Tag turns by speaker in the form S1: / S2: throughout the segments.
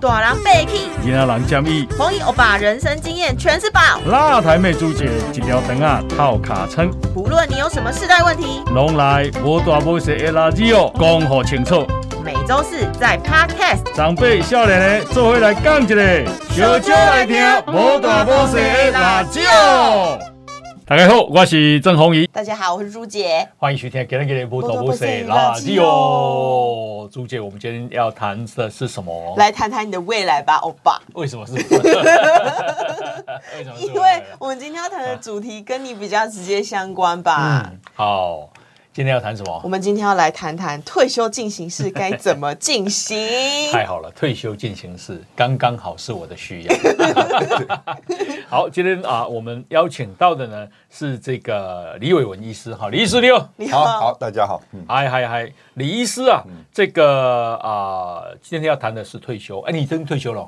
S1: 大人被气，
S2: 囡仔人建议，
S1: 红衣欧巴人生经验全是宝。
S2: 辣台妹主姐一条肠啊套卡称，
S1: 不论你有什么世代问题，
S2: 拢来无大无小的垃圾哦，讲好清楚。
S1: 每周四在 Podcast
S2: 长辈少年的做伙来讲一个，
S1: 小少来听无大无小的辣椒。
S2: 哦大家好，我是郑宏仪，
S1: 大家好，我是朱姐。
S2: 欢迎收听《给人给人不
S1: 大
S2: 走
S1: 无
S2: 不
S1: 小
S2: 小
S1: 的
S2: 垃
S1: 辣
S2: 圾
S1: 椒
S2: 哦》。朱姐，我们今天要谈的是什么？
S1: 来谈谈你的未来吧，欧巴。
S2: 为什么 是我？为什么是
S1: 因
S2: 我
S1: 为我们今天要谈的主题跟你比较直接相关吧。
S2: 嗯，好，今天要谈什
S1: 我
S2: 么？
S1: 们今天要来谈谈退休进行式该怎么进行。
S2: 太好了，退休进行式刚刚好是我的需要。 好，今天啊，我们邀请到的呢是这个李伟文医师，哈，李医师你好。
S1: 你
S3: 好好，大家好，嗯，
S2: 嗨嗨嗨，李医师啊，这个啊、今天要谈的是退休。哎，你真退休了？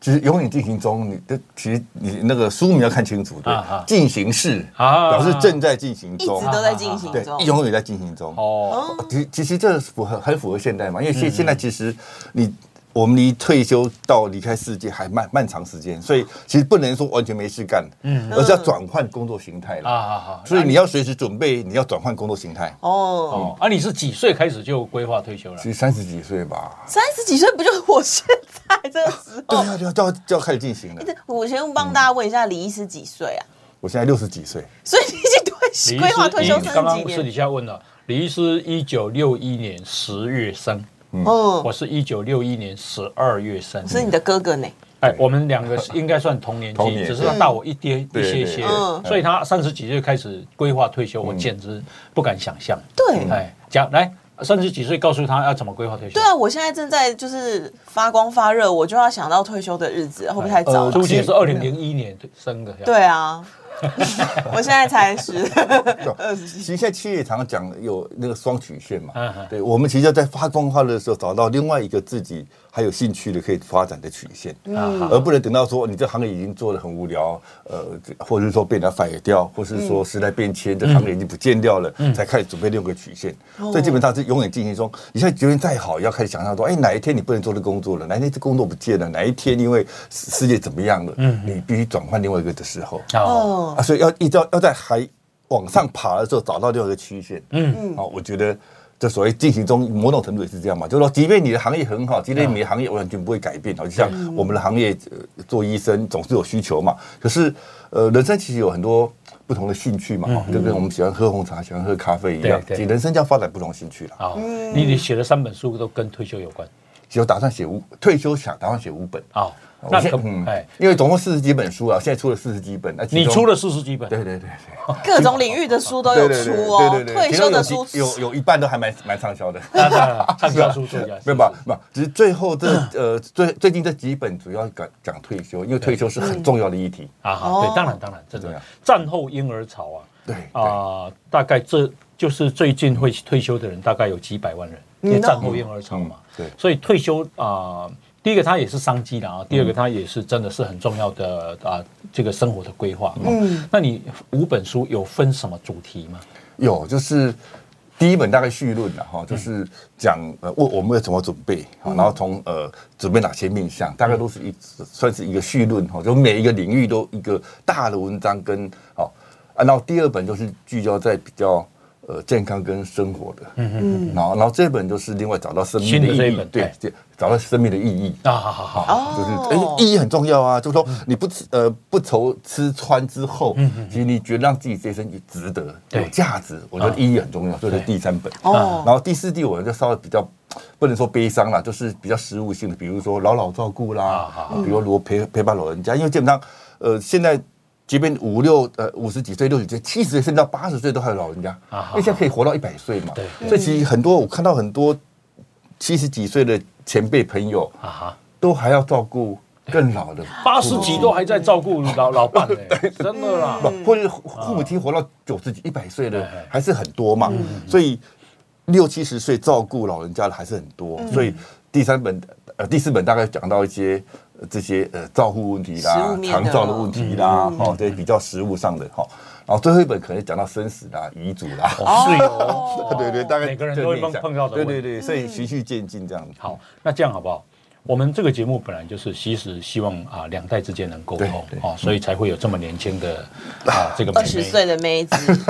S3: 其实永远进行中，你的其实你那个书名要看清楚，对
S2: 啊啊，
S3: 进行式
S2: 啊
S3: 表示正在进行
S1: 一
S3: 中
S1: 直，都在进行
S3: 对
S1: 中，。
S3: 永远在进行中。
S2: 哦，
S3: 其其实这符合很符合现代嘛，因为
S2: 嗯
S3: 现现在其实你。我们离退休到离开世界还漫漫长时间，所以其实不能说完全没事干，嗯，而是要转换工作形态
S2: 啊
S3: 了。
S2: 啊啊！
S3: 所以你要随时准备，你要转换工作形态。
S1: 哦，
S2: 哦，啊，你是几岁开始就规划退休了
S3: 其？实三十几岁吧，
S1: 三十几岁不就是我现在这个时
S3: 对
S1: 候？
S3: 啊，就要就要就要开始进行了。
S1: 我先帮大家问一下，李医师几岁啊？
S3: 我现在六十几岁，
S1: 所以你已经退规划退休
S2: 你
S1: 生
S2: 刚
S1: 几
S2: 刚私底
S1: 年？
S2: 下问了，李医师一九六一年十月生，
S1: 嗯
S2: 我，是一九六一年十二月生，
S1: 是你的哥哥呢？
S2: 哎，我们两个是应该算同年
S3: 同
S2: 纪，
S3: 年
S2: 只是他大我一爹一
S3: 对
S2: 些些
S3: 对
S1: 嗯对，
S2: 所以他三十几岁开始规划退
S3: 嗯
S2: 休，我简直不敢想象。
S1: 对
S2: 哎，讲来三十几岁告诉他要怎么规划退休
S1: 对。啊，我现在正在就是发光发热，我就要想到退休的日子，会不会太早
S3: 呃
S1: 了
S2: 朱？姐是二零零一年生的，，
S1: 对啊，我现在才十二十
S3: 其
S1: 几，
S3: 实现在企业常常讲有那个双曲线嘛，
S2: 嗯嗯
S3: 对，我们其实要在发光发热的时候找到另外一个自己还有兴趣的可以发展的曲线，而不能等到说你这行业已经做的很无聊，呃，或者是说被人家反掉，或是说时代变迁，这行业已经不见掉了，才开始准备另一个曲线。所以基本上是永远进行中。你现在觉得再好，也要开始想象说，哎，哪一天你不能做这工作了，哪一天这工作不见了，哪一天因为世世界怎么样了，你必须转换另外一个的时候。
S2: 哦，
S1: 哦
S3: 啊，，所以要一直要要在还往上爬的时候找到另外一个曲线。
S2: 嗯
S3: 嗯，啊，我觉得这所谓进行中，某种程度也是这样嘛，就是说，即便你的行业很好，即便
S2: 嗯
S3: 你的行业完全不会改变，好，就像我们的行业、呃做医生总是有需求嘛，可是呃，人生其实有很多。不同的兴趣嘛，哦就跟我们喜欢喝红茶、喜欢喝咖啡一样，
S2: 嗯对对
S3: 其实人生就要发展不同的兴趣了。
S2: 好，
S1: 嗯
S2: 你你写的三本书都跟退休有关。
S3: 其实我打算写五，退休想打算写五本，
S2: 哦，
S3: 我
S2: 那
S3: 现
S2: 可
S3: 嗯
S2: 哎，
S3: 因为总共四十几本书啊，现在出了四十几本，那其
S2: 你
S3: 中
S2: 出了四十几本，
S3: 对对对对。
S1: 各种领域的书都有
S3: 对
S1: 出
S3: 对对
S1: 哦，
S3: 对对对
S1: 退
S3: 其
S1: 休
S3: 中
S1: 的
S3: 有
S1: 书
S3: 几 有有一半都还蛮蛮畅销的。
S2: 那那畅销书作家
S3: 没有吧？没有，只是最 后这呃最最近这几本主要讲讲退休，因为退休是很重要的议题。
S2: 啊，
S1: 哦
S2: 哈，对，当然当然，真
S3: 对
S2: 的
S3: 啊，
S2: 战后婴儿潮啊，
S3: 对啊，
S2: 啊，大概这就是最近会退休的人，大概有几百万人，因为战后婴儿潮嘛，
S3: 嗯对
S2: 所以退休啊、第一个它也是商机的啊，第二个它也是真的是很重要的啊、这个生活的规划。嗯，那你五本书有分什么主题吗？
S3: 有就是第一本大概绪论了
S2: 嗯
S3: 哈，就是讲呃我我们要怎么准备，好然后从呃准备哪些面向，大概都是一算是一个绪论哈，就每一个领域都一个大的文章跟好啊，然后第二本就是聚焦在比较。呃，健康跟生活的，嗯嗯，然后然后这本就是另外找到生命
S2: 新的这
S3: 的
S2: 一
S3: 意义
S2: 本，
S3: 对
S2: 哎，
S3: 对找到生命的意义，
S2: 啊，好好好，
S3: 啊，就是哎，意义很重要啊。就是说，你不吃呃不愁吃穿之后，其实你觉得让自己这一生值得、有
S2: 嗯对哦
S3: 价值，我觉得意义很重要。所以这是
S2: 对
S3: 第三本。
S1: 哦
S3: 然后第四、第五就稍微比较不能说悲伤啦，就是比较实务性的，比如说老老照顾啦
S2: 啊，
S3: 比如说陪陪伴老人家，因为基本上呃现在。即便五六呃五十几岁、六十几岁、七十岁，甚至到八十岁都还有老人家，
S2: 啊
S3: 因为现在可以活到一百岁嘛。
S2: 对
S3: 所以其实很多我看到很多七十几岁的前辈朋友，
S2: 啊哈，
S3: 都还要照顾更老的，
S2: 八十几都还在照顾老老伴 呢、真的啦。
S3: 不，或者是父母亲活到九十几、一百岁的
S2: 哎哎
S3: 还是很多嘛，
S2: 嗯
S3: 所以六七十岁照顾老人家的还是很多，
S2: 嗯
S3: 所以第三本呃第四本大概讲到一些。呃这些呃照护问题
S1: 食
S3: 啦
S1: 物，面的
S3: 长照的问题啦，
S2: 嗯
S3: 哦，对，比较实物上的哈，然后最后一本可能讲到生死啦、遗嘱啦，
S2: 是
S1: 哦
S3: 对对，大概
S2: 每个人
S3: 这
S2: 都会
S3: 面向
S2: 碰到的
S3: 对
S2: 问题嗯
S3: 对对，所以循序渐进这样子。
S2: 好，那这样好不好？我们这个节目本来就是其实希望啊两代之间能沟通
S3: 对对
S2: 哦，所以才会有这么年轻的啊这个妹
S1: 二十岁
S2: 妹，
S1: 的妹 子，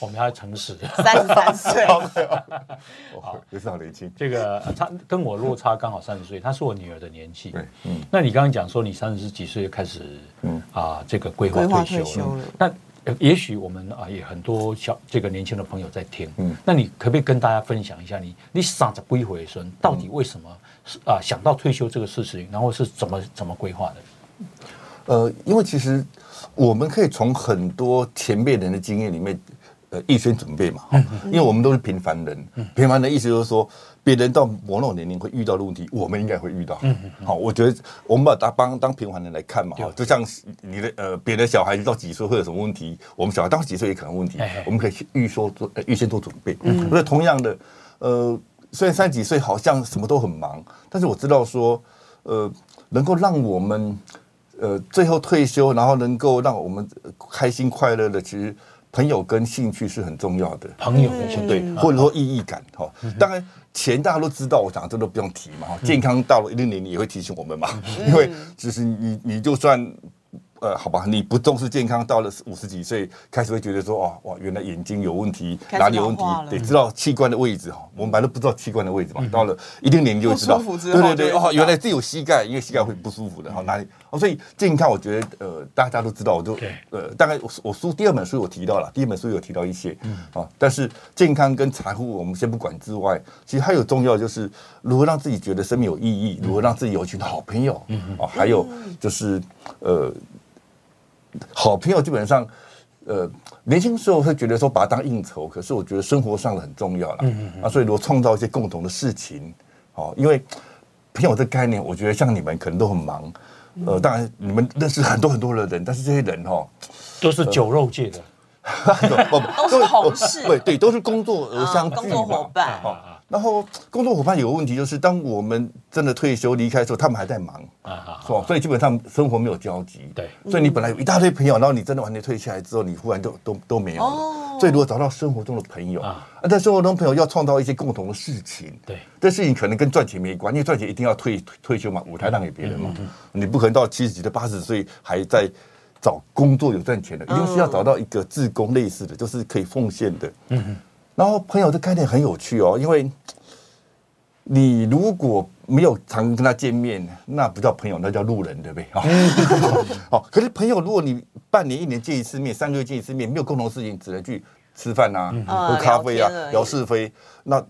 S2: 我们要诚实。
S1: 三十三岁，
S3: 哦，也是好年轻。
S2: 这个呃她跟我落差刚好三十岁，她是我女儿的年纪。
S3: 对，嗯，
S2: 那你刚刚讲说你三十几岁就开始，嗯啊，这个规划
S1: 规划
S2: 退
S1: 退
S2: 休
S1: 休
S2: 了
S1: 了。
S2: 那呃也许我们啊也很多小这个年轻的朋友在听，嗯
S3: 嗯，
S2: 那你可不可以跟大家分享一下你你傻子归回的时候，你到
S3: 嗯
S2: 底为什么是啊想到退休这个事情，然后是怎么怎么规划的？
S3: 呃，因为其实我们可以从很多前辈人的经验里面，呃，预先准备嘛，哈
S2: 嗯
S3: 因为我们都是平凡人，平凡人意思就是说，别人到某种年龄会遇到的问题，我们应该会遇到。
S2: 嗯
S3: 好，我觉得我们把它当当平凡人来看嘛，哈就像你的呃，别的小孩到几岁会有什么问题，我们小孩到几岁也可能有问题
S2: 哎哎，嗯
S3: 我们可以预说做呃预先做准备。那同样的，呃，虽然三十几岁好像什么都很忙，但是我知道说，呃，能够让我们呃，最后退休，然后能够让我们呃开心快乐的，其实朋友跟兴趣是很重要的。
S2: 朋友的
S1: 嗯
S2: 兴
S3: 对，或者说意义感哈、当然，钱大家都知道，我讲这都不用提嘛。哈健康到了一定年龄也会提醒我们嘛，
S1: 嗯
S3: 因为其实你你就算呃，好吧，你不重视健康，到了五十几岁开始会觉得说，哦哇哇，原来眼睛有问题，
S1: 开始
S3: 哪里有问题
S1: 老化，了嗯
S3: 得知道器官的位置哈。我们本来都不知道器官的位置嘛，到了一定年龄就会知道。
S1: 不舒服之
S3: 对
S1: 后
S3: 对
S1: 就
S3: 对，
S1: 会知
S3: 哦
S1: 道，
S3: 原来自己有膝盖，因为膝盖会不舒服的哈，哪里哦，所以健康我觉得呃，大家都知道，我就
S2: 对
S3: 呃，大概我我书第二本书有提到了，第一本书有提到一些，啊，但是健康跟财富我们先不管之外，其实还有重要就是如何让自己觉得生命有意义，如何让自己有一群好朋友，啊，还有就是呃，好朋友基本上。呃，年轻时候会觉得说把它当应酬，可是我觉得生活上的很重要啦。
S1: 嗯
S3: 啊，所以如果创造一些共同的事情，哦，因为朋友这概念，我觉得像你们可能都很忙，
S1: 嗯
S3: 呃，当然你们认识很多很多的人，但是这些人哦，
S2: 都是酒肉界的，
S3: 不不
S1: 都是同事
S3: 对对，都是工作而
S1: 啊
S3: 相聚嘛
S1: 工作伙伴，
S3: 哦，然后工作伙伴有个问题就是，当我们真的退休离开的时候，他们还在忙，
S2: 啊啊
S3: 是吧？所以基本上生活没有交集。
S2: 对
S3: 所以你本来有一大堆朋友，然后你真的完全退下来之后，你忽然都都都没有
S1: 哦
S3: 了。所以如果找到生活中的朋友，
S2: 啊
S3: 啊，在生活中朋友要创造一些共同的事情，
S2: 对
S3: 这事情可能跟赚钱没关，因为赚钱一定要退退退休嘛，舞台让给别人嘛，你不可能到七十几的八十岁还在找工作有赚钱的，一定是要找到一个志工类似的，就是可以奉献的。嗯然后朋友的概念很有趣哦，因为你如果没有常跟他见面，那不叫朋友，那叫路人， 对不对？哦，哦可是朋友，如果你半年、一年见一次面，三个月见一次面，没有共同事情，只能去吃饭啊、喝咖啡啊
S1: 嗯、
S3: 聊是非，那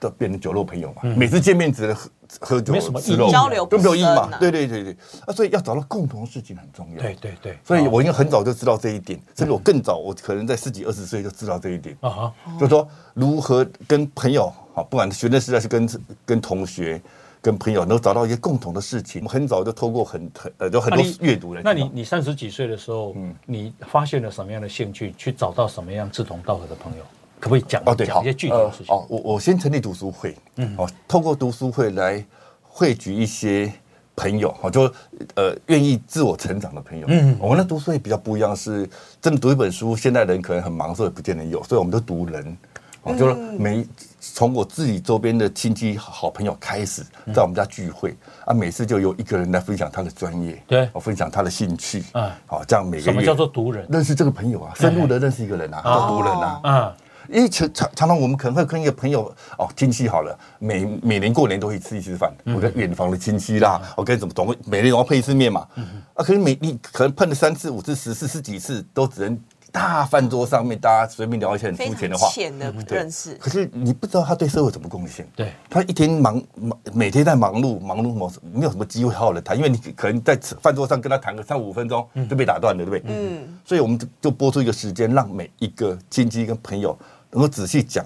S3: 就变成酒肉朋友嘛。每次见面只能喝喝酒
S2: 嗯没什么、
S3: 吃
S2: 意
S3: 肉
S2: 义，
S1: 交流不
S3: 都没有意义
S1: 深
S3: 嘛
S1: 啊。
S3: 对对对对，啊，所以要找到共同的事情很重要。
S2: 对嗯对对，
S3: 所以
S2: 哦
S3: 我应该很早就知道这一点，甚至我更早，我可能在十几、二十岁就知道这一点。
S2: 啊哈
S3: 就说如何跟朋友啊，不管学生时代是跟跟同学、跟朋友，能够找到一些共同的事情。我们很早就透过很很呃，有很
S2: 那
S3: 多
S2: 啊你
S3: 阅读来知道。
S2: 那你你三十几岁的时候，
S3: 嗯
S2: 你发现了什么样的兴趣，去找到什么样志同道合的朋友？可不可以讲
S3: 哦，对，
S2: 讲
S3: 好，
S2: 一些具体的事情？
S3: 呃哦，我我先成立读书会，嗯，哦，透过读书会来汇聚一些朋友，哦，就呃愿意自我成长的朋友。嗯，我们的读书会比较不一样，是真的读一本书，现代人可能很忙，所以不见得有，所以我们就读人。哦，就是
S2: 嗯
S3: 每从我自己周边的亲戚、好朋友开始，
S2: 嗯
S3: 在我们家聚会啊，每次就有一个人来分享他的专业，
S2: 对
S3: 哦，分享他的兴趣，
S2: 嗯
S3: 啊，好，这样每个
S2: 什么
S3: 月
S2: 叫做读人？
S3: 认识这个朋友啊，深入的认识一个人啊，叫读人啊
S1: 哦，
S2: 啊，
S3: 因为常常常常我们可能会跟一个朋友哦亲戚好了，每每年过年都会吃一次饭，我跟远房的亲戚啦，我跟怎么总会每年都要配一次面嘛，啊，可是每你可能碰了三次、五次、十次、十几次，都只能大饭桌上面大家随便聊一些很
S1: 非
S3: 肤浅
S1: 常
S3: 的话，嗯
S1: 浅的
S3: 对
S1: 认识，
S3: 可是你不知道他对社会怎么贡献。
S2: 对
S3: 他一天忙忙，每天在忙碌，忙碌某没有什么机会好好的谈，因为你可能在吃饭桌上跟他谈个三五分钟就被打断了，对不对？嗯。所以我们就就播出一个时间，让每一个亲戚跟朋友能够仔细讲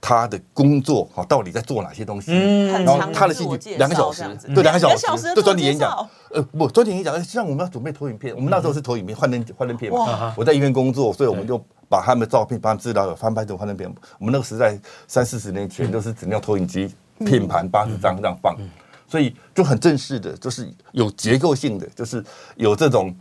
S3: 他的工作哈，到底在做哪些东西，
S1: 很
S3: 然后
S1: 长
S3: 他的
S1: 嗯自
S3: 兴
S1: 我
S3: 趣
S1: 介
S3: 两个
S1: 绍
S3: 小
S1: 这
S3: 时
S1: 样子，，
S3: 对，两个
S1: 两
S3: 小
S1: 小
S3: 时
S1: 时的
S3: 对
S1: 自
S3: 专
S1: 我
S3: 题
S1: 介
S3: 演讲
S1: 绍。
S3: 呃，不，专题演讲，像我们要准备投影片，我们那时候是投影片、幻灯幻灯片
S1: 哇
S3: 嘛。我在医院工作，所以我们就把他们的照片、把他们资料翻拍成幻灯片。我们那个时代三四十年前都是只能用投影机片盘八十张这样放，所以就很正式的，就是有结构性的，就是有这种。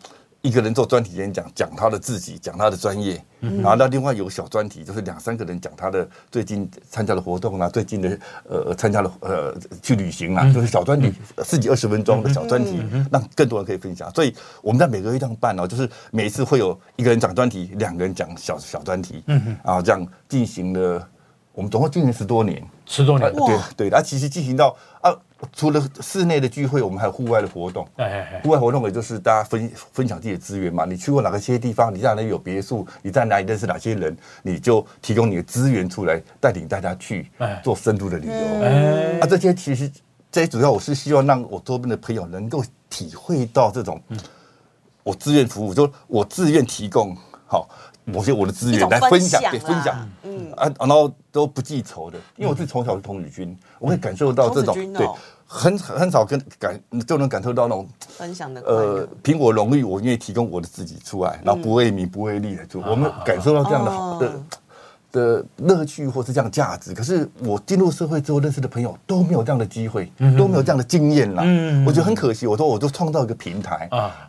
S3: 一个人做专题演讲，讲他的自己，讲他的专业，然后那另外有小专题，就是两三个人讲他的最近参加的活动啊，最近的呃参加了呃去旅行
S2: 嗯
S3: 啊，就是小专题十几二十分钟的小专题，让更多人可以分享。所以我们在每个月这样办哦，就是每次会有一个人讲专题，两个人讲小小专题，
S2: 嗯
S3: 啊，这样进行了，我们总共进行十多年。啊
S2: 十多年
S1: 哇，
S3: 对对，它其实进行到啊，除了室内的聚会，我们还有户外的活动。
S2: 哎哎哎
S3: 户外活动也就是大家分分享自己的资源嘛。你去过哪个些地方？你在哪里有别墅？你在哪里认识哪些人？你就提供你的资源出来，带领大家去
S2: 哎
S3: 做深度的旅游。
S2: 哎
S3: 啊，这些其实最主要我是希望让我周边的朋友能够体会到这种我自愿服务，就我自愿提供好某些我的资
S1: 一
S3: 源
S1: 种
S3: 来分享，
S1: 分
S3: 对，
S1: 享
S3: 分
S1: 啦
S3: 享，嗯啊，然后都不记仇的，因为我是从小是童子军，我可以感受到这种
S1: 童子嗯军哦
S3: 对。很很少跟感就能感受到那种
S1: 分享的快
S3: 呃
S1: 乐，，
S3: 凭我荣誉，我愿意提供我的自己出来，然后不为名不为利的做。我们感受到这样的好的
S1: 哦
S3: 的乐趣或是这样的价值。可是我进入社会之后认识的朋友都没有这样的机会，都没有这样的经验啦
S2: 嗯。
S3: 我觉得很可惜。我说我就创造一个平台，
S2: 啊，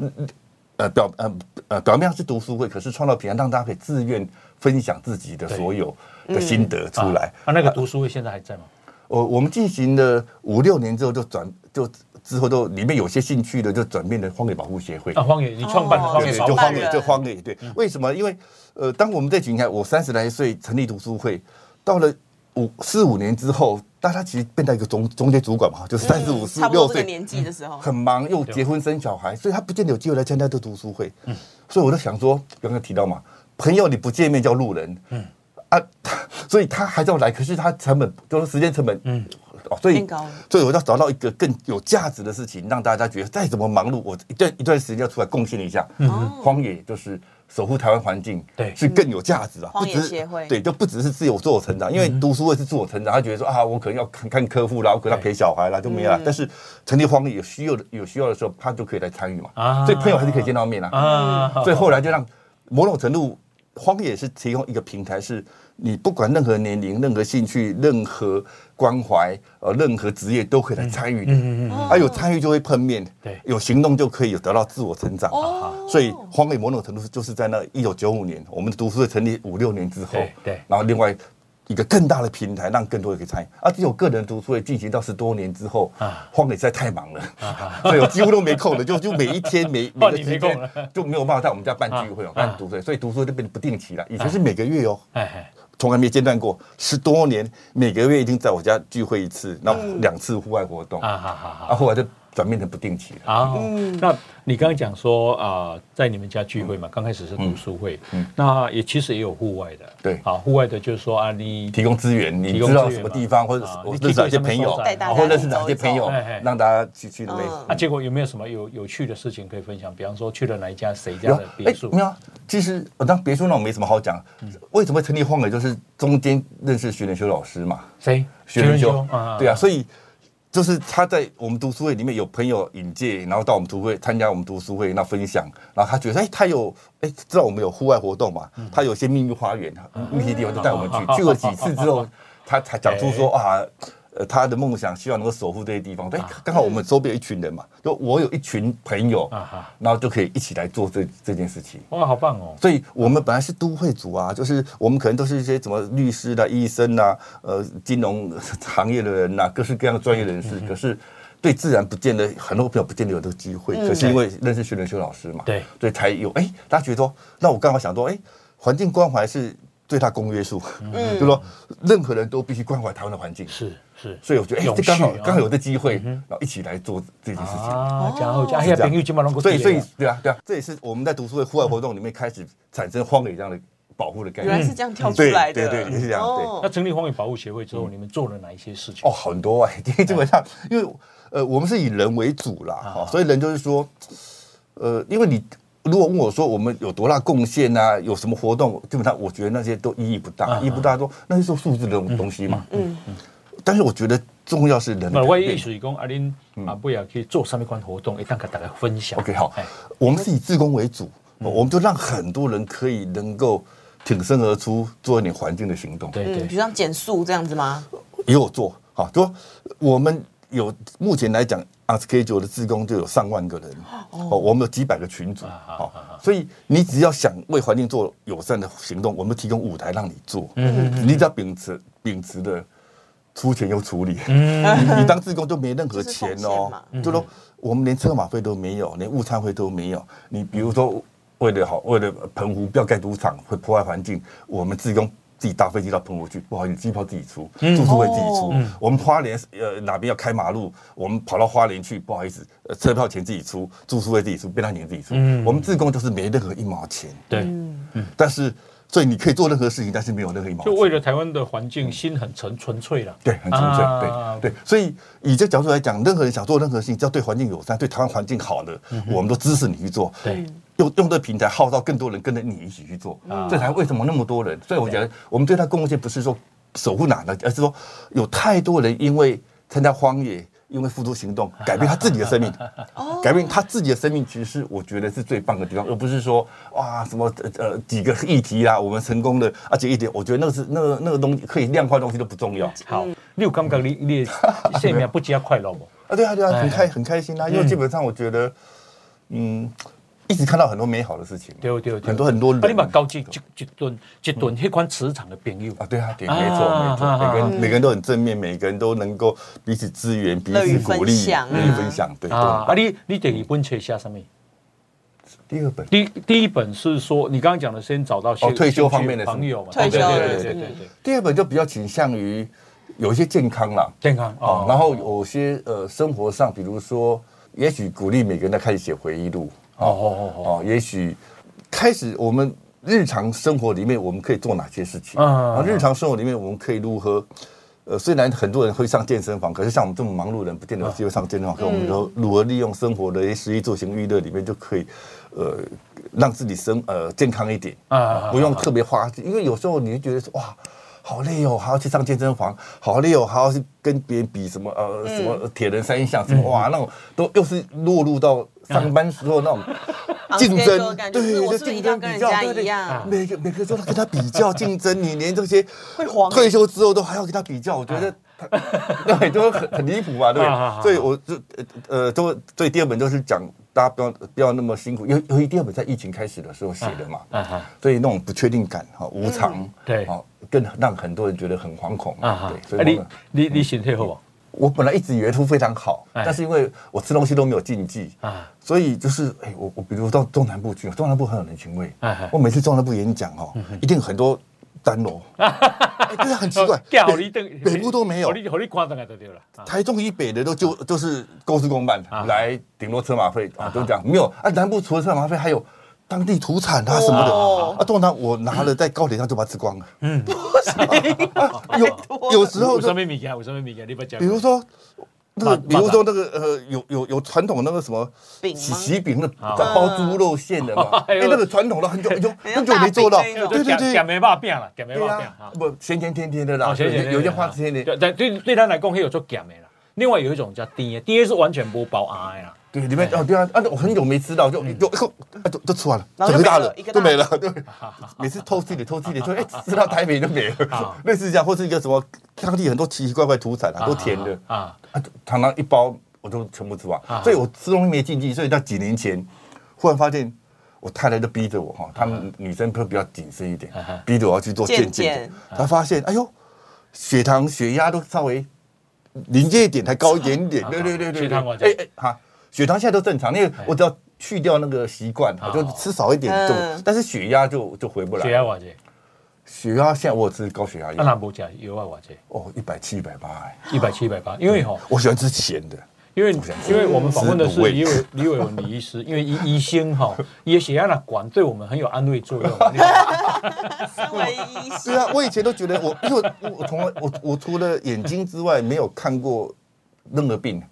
S3: 呃表呃呃表面上是读书会，可是创造平台让大家可以自愿分享自己的所有的心得出来。呃哦
S2: 啊，那个读书会现在还在吗？
S3: 我我们进行了五六年之后就转就之后就里面有些兴趣的就转变了荒野保护协会
S2: 啊，。荒野，你创办的
S1: 哦
S2: 荒
S3: 对
S2: 野
S1: 对
S2: 保
S3: 就
S2: 护
S1: 办
S3: 荒
S1: 人嗯
S3: 野，就荒野。对，为什么？因为呃，当我们在群开，我三十来岁成立读书会，到了五四五年之后，大家其实变到一个中中间主管嘛，就是三十五、四
S1: 嗯差
S3: 五
S1: 不多
S3: 六
S1: 这个
S3: 岁，
S1: 年纪的时候，
S3: 很忙又结婚生小孩，所以他不见得有机会来参加这读书会。所以我就想说，刚刚提到嘛，朋友你不见面叫路人。嗯。啊， 他所以他还是要来，可是他成本就是时间成本，嗯，哦，所以
S1: 变高了
S3: 所以我要找到一个更有价值的事情，让大家觉得再怎么忙碌，我一段一段时间要出来贡献一下。荒野就是守护台湾环境，
S2: 对
S3: 是更有价值啊。
S1: 荒野
S3: 不只是
S1: 协会
S3: 对，就不只是自我自我成长，因为读书会是自我成长，他觉得说啊，我可能要看看客户啦，我可能要陪小孩啦，就没了。但是成立荒野有需要的有需要的时候，他就可以来参与嘛。
S2: 啊
S3: 所以朋友还是可以见到面啊。
S2: 啊，好
S3: 所以后来就让某种程度，荒野是提供一个平台，是你不管任何年龄、任何兴趣、任何关怀、呃，任何职业都可以来参与的。嗯嗯
S1: 嗯
S3: 啊，有参与就会碰面，
S2: 对
S3: 有行动就可以有得到自我成长。
S1: 哦
S3: 所以荒野某种程度就是在那一九九五年，我们的读书会成立五六年之后
S2: 对，对
S3: 然后另外。一个更大的平台，让更多人可以参与。啊，只有个人读书会进行到十多年之后，
S2: 啊
S3: 荒野实在太忙了， 所以我几乎都没空了，就就每一天 每每
S2: 换
S3: 个
S2: 你
S3: 时
S2: 没空
S3: 间
S2: 了
S3: 就没有办法在我们家办聚会哦，
S2: 啊啊
S3: 办读书会，所以读书会就变得不定期了。以前是每个月哦，
S2: 哎哎，
S3: 从来没间断过，十多年每个月一定在我家聚会一次，然后
S2: 嗯
S3: 两次户外活动，
S2: 啊哈哈哈。
S3: 啊，后来就转变成不定期了。
S2: 啊，
S1: 嗯
S2: 那你刚刚讲说啊、在你们家聚会嘛，刚开始是读书会，那也其实也有户外的，
S3: 嗯对
S2: 啊，户外的就是说啊，你
S3: 提供资源，你
S2: 提供
S3: 知
S2: 资
S3: 道
S2: 源
S3: 什么
S2: 嘛
S3: 地方，或者
S2: 啊
S3: 我
S2: 你
S3: 认识哪些朋友，
S2: 可以
S1: 带大家
S3: 啊或认识哪些朋
S1: 走
S3: 友
S2: 一走哎哎，
S3: 让大家去去那边。
S1: 嗯
S2: 啊，结果有没有什么有有趣的事情可以分享？比方说去了哪一家谁家
S3: 有
S2: 的别墅嗯
S3: 没？有啊，其实我当别墅那种没什么好讲。为什么会成立荒野？就是中间认识徐连修老师嘛，
S2: 谁？
S3: 学人修
S2: 修啊，
S3: 对啊，，所以就是他在我们读书会里面有朋友引介，然后到我们读书会参加我们读书会，那分享，然后他觉得哎，他有哎，知道我们有户外活动嘛，
S2: 嗯
S3: 他有些秘密花园、密集地方就带我们 去，去了几次之后，他才讲出说啊。呃，他的梦想希望能够守护这些地方。
S2: 啊
S3: 对，刚好我们周边有一群人嘛，就我有一群朋友
S2: 啊哈，
S3: 然后就可以一起来做这这件事情。
S2: 哇，好棒哦，
S3: 所以我们本来是都会族啊，就是我们可能都是一些什么律师啦、医生啦、呃，金融行业的人啊呐、各式各样的专业人
S2: 嗯
S3: 士。可是对自然不见得，很多朋友不见得有这个机会。可是因为认识徐仁修老师嘛，
S2: 嗯对
S3: 所以才有哎，大家觉得说，那我刚好想说，哎，环境关怀是最大公约数，嗯，就说任何人都必须关怀台湾的环境。
S2: 是是，
S3: 所以我觉得，哎，
S2: 永
S3: 这刚好
S2: 续啊
S3: 刚好有这机会，然后一起来做这件事情。
S2: 啊，然后哎呀，
S3: 这样哦
S2: 朋友基本上都
S3: 所以，所以
S2: 对了
S3: 对啊，对啊，这也是我们在读书会户外活动里面开始产生荒野这样的保护的概
S1: 原来
S3: 念。
S1: 是这样跳出
S3: 对
S1: 来的，
S3: 嗯
S1: 哦
S3: 对对也是这样对
S2: 那成立荒野保护协会之后，你们做了哪一些事情？
S3: 哦，很多哎、因为基本上， 因为呃，我们是以人为主啦，哈、所以人就是说，呃，因为你如果问我说我们有多大贡献啊，有什么活动，基本上我觉得那些都意义不大，意义不大说那些是数字的东东西嘛。嗯但是我觉得重要是人的
S2: 那
S3: 改
S2: 我意
S3: 变。
S2: 思是讲，啊，恁啊，不要去做上面款活动，一旦跟大家分享。
S3: 嗯哦 OK，好
S2: 哎，
S3: 我们是以自工为主，我们就让很多人可以能够挺身而出，做一点环境的行动。
S2: 对
S1: 嗯，
S2: 对
S1: 比如像减速这样子吗？
S3: 也有做，好，就说我们有目前来讲 on schedule 的职工就有上万个人，哦，我们有几百个群组，哦，所以你只要想为环境做友善的行动，我们提供舞台让你做，嗯，你只要秉持秉持的出钱又出力，你你当志工就没任何钱
S1: 就是奉献
S3: 哦
S1: 嘛，
S3: 就说我们连车马费都没有，连午餐费都没有，你比如说为了好为了澎湖不要盖赌场会破坏环境，我们志工。自己搭飞机到澎湖去，不好意思，机票自己出，住宿费自己出。
S1: 哦
S3: 我们花莲呃哪边要开马路，我们跑到花莲去，不好意思，呃车票钱自己出，住宿费自己出，便当钱自己出。我们自贡就是没任何一毛钱，
S2: 对，
S3: 嗯但是所以你可以做任何事情，但是没有任何一毛钱。
S2: 就为了台湾的环境，心很纯纯粹了。
S3: 嗯对，很纯粹，
S2: 啊
S3: 对对，所以以这角度来讲，任何人想做任何事情，只要对环境友善、对台湾环境好的，我们都支持你去做。
S2: 嗯对，
S3: 用用这平台号召更多人跟着你一起去做，
S2: 啊
S3: 这才为什么那么多人。所以我觉得我们对他贡献不是说守护哪个，而是说有太多人因为参加荒野。因为付出行动，改变他自己的 生命， 改变他自己的生命，其实是我觉得是最棒的地方，而不是说哇什么呃呃几个议题啊，我们成功了，而且一点，我觉得那个是那个那个东西可以量化的东西都不重要，
S2: 好，你有感觉你 你的生命不加快乐吗？
S3: 啊，对啊，
S2: 哎
S3: 对啊，很开很开心
S2: 嗯
S3: 啊，因为基本上我觉得，嗯，一直看到很多美好的事情，
S2: 对对对，
S3: 很多很多人嗯
S2: 啊你嘛交一一一顿一顿迄款磁场的朋友，
S3: 啊，对啊，对，
S2: 啊
S3: 没错没
S2: 啊啊
S3: 错，每个人每个人都很正面，每个人都能够彼此支援、彼
S1: 乐
S3: 此
S1: 于分
S3: 鼓励、
S1: 享啊
S3: 乐于分享，对
S2: 啊，啊
S3: 对。
S2: 你你第二本册写什么？
S3: 第二本
S2: 第第一本是说你刚刚讲的，先找到兴
S3: 哦退休
S2: 兴趣
S3: 方面的
S2: 朋友嘛，
S1: 退休
S2: 对
S1: 了
S2: 对对对
S1: 嗯
S2: 对对，
S3: 第二本就比较倾向于有一些健康啦，
S2: 健康
S3: 哦，然后有些呃生活上，比如说，也许鼓励每个人在开始写回忆录，
S2: 哦哦哦
S3: 哦，也许开始我们日常生活里面我们可以做哪些事情？
S2: 嗯
S3: 啊，日常生活里面我们可以如何？呃，虽然很多人会上健身房，可是像我们这么忙碌的人，不见得有机会上健身房。可我们如如何利用生活的一些食衣住行娱乐里面，就可以呃让自己生呃健康一点
S2: 啊啊啊
S3: 啊，不用特别花，因为有时候你会觉得说哇。好累哦，还要去上健身房，好累哦，还要去跟别人比什么呃什么铁人三项什么哇，那种都又是落入到上班时候那种竞
S1: Unscheduled 的
S3: 争，
S1: 感觉就是
S3: 对，
S1: 我
S3: 就是
S1: 不是一
S3: 竞争
S1: 定要跟
S3: 比
S1: 人
S3: 较，
S1: 家
S3: 对
S1: 一样
S2: 啊
S3: 对，每个每个都要跟他比较竞争，你连这些
S1: 会欸慌
S3: 退休之后都还要跟他比较，我觉得 他。对，都很很离谱嘛，对不
S2: 啊啊啊
S3: 对？所以我就呃呃，都所以第二本就是讲大家不要不要那么辛苦，因为由于第二本在疫情开始的时候写的嘛，
S2: 啊哈，
S3: 所以那种不确定感哈、
S1: 嗯
S3: 无常，
S2: 对
S3: 好、更让很多人觉得很惶恐
S2: 啊哈，
S3: 对，所
S2: 啊
S3: 以我
S2: 你
S3: 们
S2: 你你身体好不？
S3: 我本来一直以为都非常好，
S2: 哎
S3: 但是因为我吃东西都没有禁忌
S2: 啊
S3: 啊，所以就是哎、我我比如到中南部去，中南部很有人情味
S2: 哎哎，，
S3: 我每次中南部演讲哦，一定很多单楼，哎对啊，很奇怪
S2: 叫你
S3: 北
S2: 等
S3: 北部都没有
S2: 给，你给你看上来就对了。啊
S3: 台中以北的都就都是公事公办
S2: 啊，
S3: 来顶多车马费啊，都讲没有啊。南部除了车马费，还有当地土产啊什么
S1: 哦
S3: 的啊。通常我拿了在高铁上就把它吃光了。嗯， 有有时候
S2: 有什
S3: 就
S2: 么物件？有什么物件？你不讲。
S3: 比如说。那个，
S2: 马
S3: 比如说那个呃，有有有传统那个什么
S1: 饼吗
S3: 喜喜饼的，包猪肉馅的嘛，
S2: 啊 哎
S3: 哎
S2: 呦，
S3: 那个传统的很久很久
S1: 哎
S3: 很久没做到，
S1: 大饼那种
S3: 对对对，
S2: 减没肉饼了，减没肉
S3: 对
S2: 饼
S3: 啊
S2: 啊，。
S3: 不咸咸甜甜的啦
S2: 哦，谢谢谢谢
S3: 有有些花甜甜的，
S2: 对对对，对他来讲，那有做咸的啦。另外有一种叫甜的，甜的是完全不包鸭的啦。
S3: 对，里面哦对啊，啊，我很久没吃到，就
S2: 嗯
S3: 就就啊就就吃完了，
S1: 然后
S3: 整
S1: 就
S3: 个大
S1: 没了
S3: 的
S1: 一个大
S3: 就
S1: 的
S3: 没了，对， 每次偷吃点偷吃点，说哎吃到台北就没了， 类似这样，或是一个什么当地很多奇奇怪怪土产啊，都甜的
S2: 啊
S3: 啊，就常常一包我都全部吃完，所以我吃东西没禁忌，所以到几年前忽然发现。我太太就逼着我哈，她们女生会比较谨慎一点
S2: 啊哈，
S3: 逼着我要去做健
S1: 健
S3: 检
S1: 检。
S3: 她发现，哎呦，血糖、血压都稍微临界点还高一点点，对对对对，
S2: 啊血糖哎我
S3: 哎哎哈，血糖现在都正常，因为我只要去掉那个习惯，
S2: 好
S3: 我就吃少一点就
S1: 嗯，
S3: 但是血压就就回不
S2: 血压
S3: 来。
S2: 偌济？
S3: 血压现在我有吃高血压
S2: 啊，
S3: 药，
S2: 那无食药啊偌济？
S3: 哦，一百七、一百八，哎
S2: 一百七、一百八，因为吼。
S3: 我喜欢吃咸的，
S2: 因为因为我们访问的
S3: 十
S2: 是
S3: 五位
S2: 李伟李伟文李医师，因为医医生哈，也血压那管对我们很有安慰作用。啊你 看
S1: 身为医师
S3: 对啊，我以前都觉得我，因为我我从来我我除了眼睛之外没有看过任何病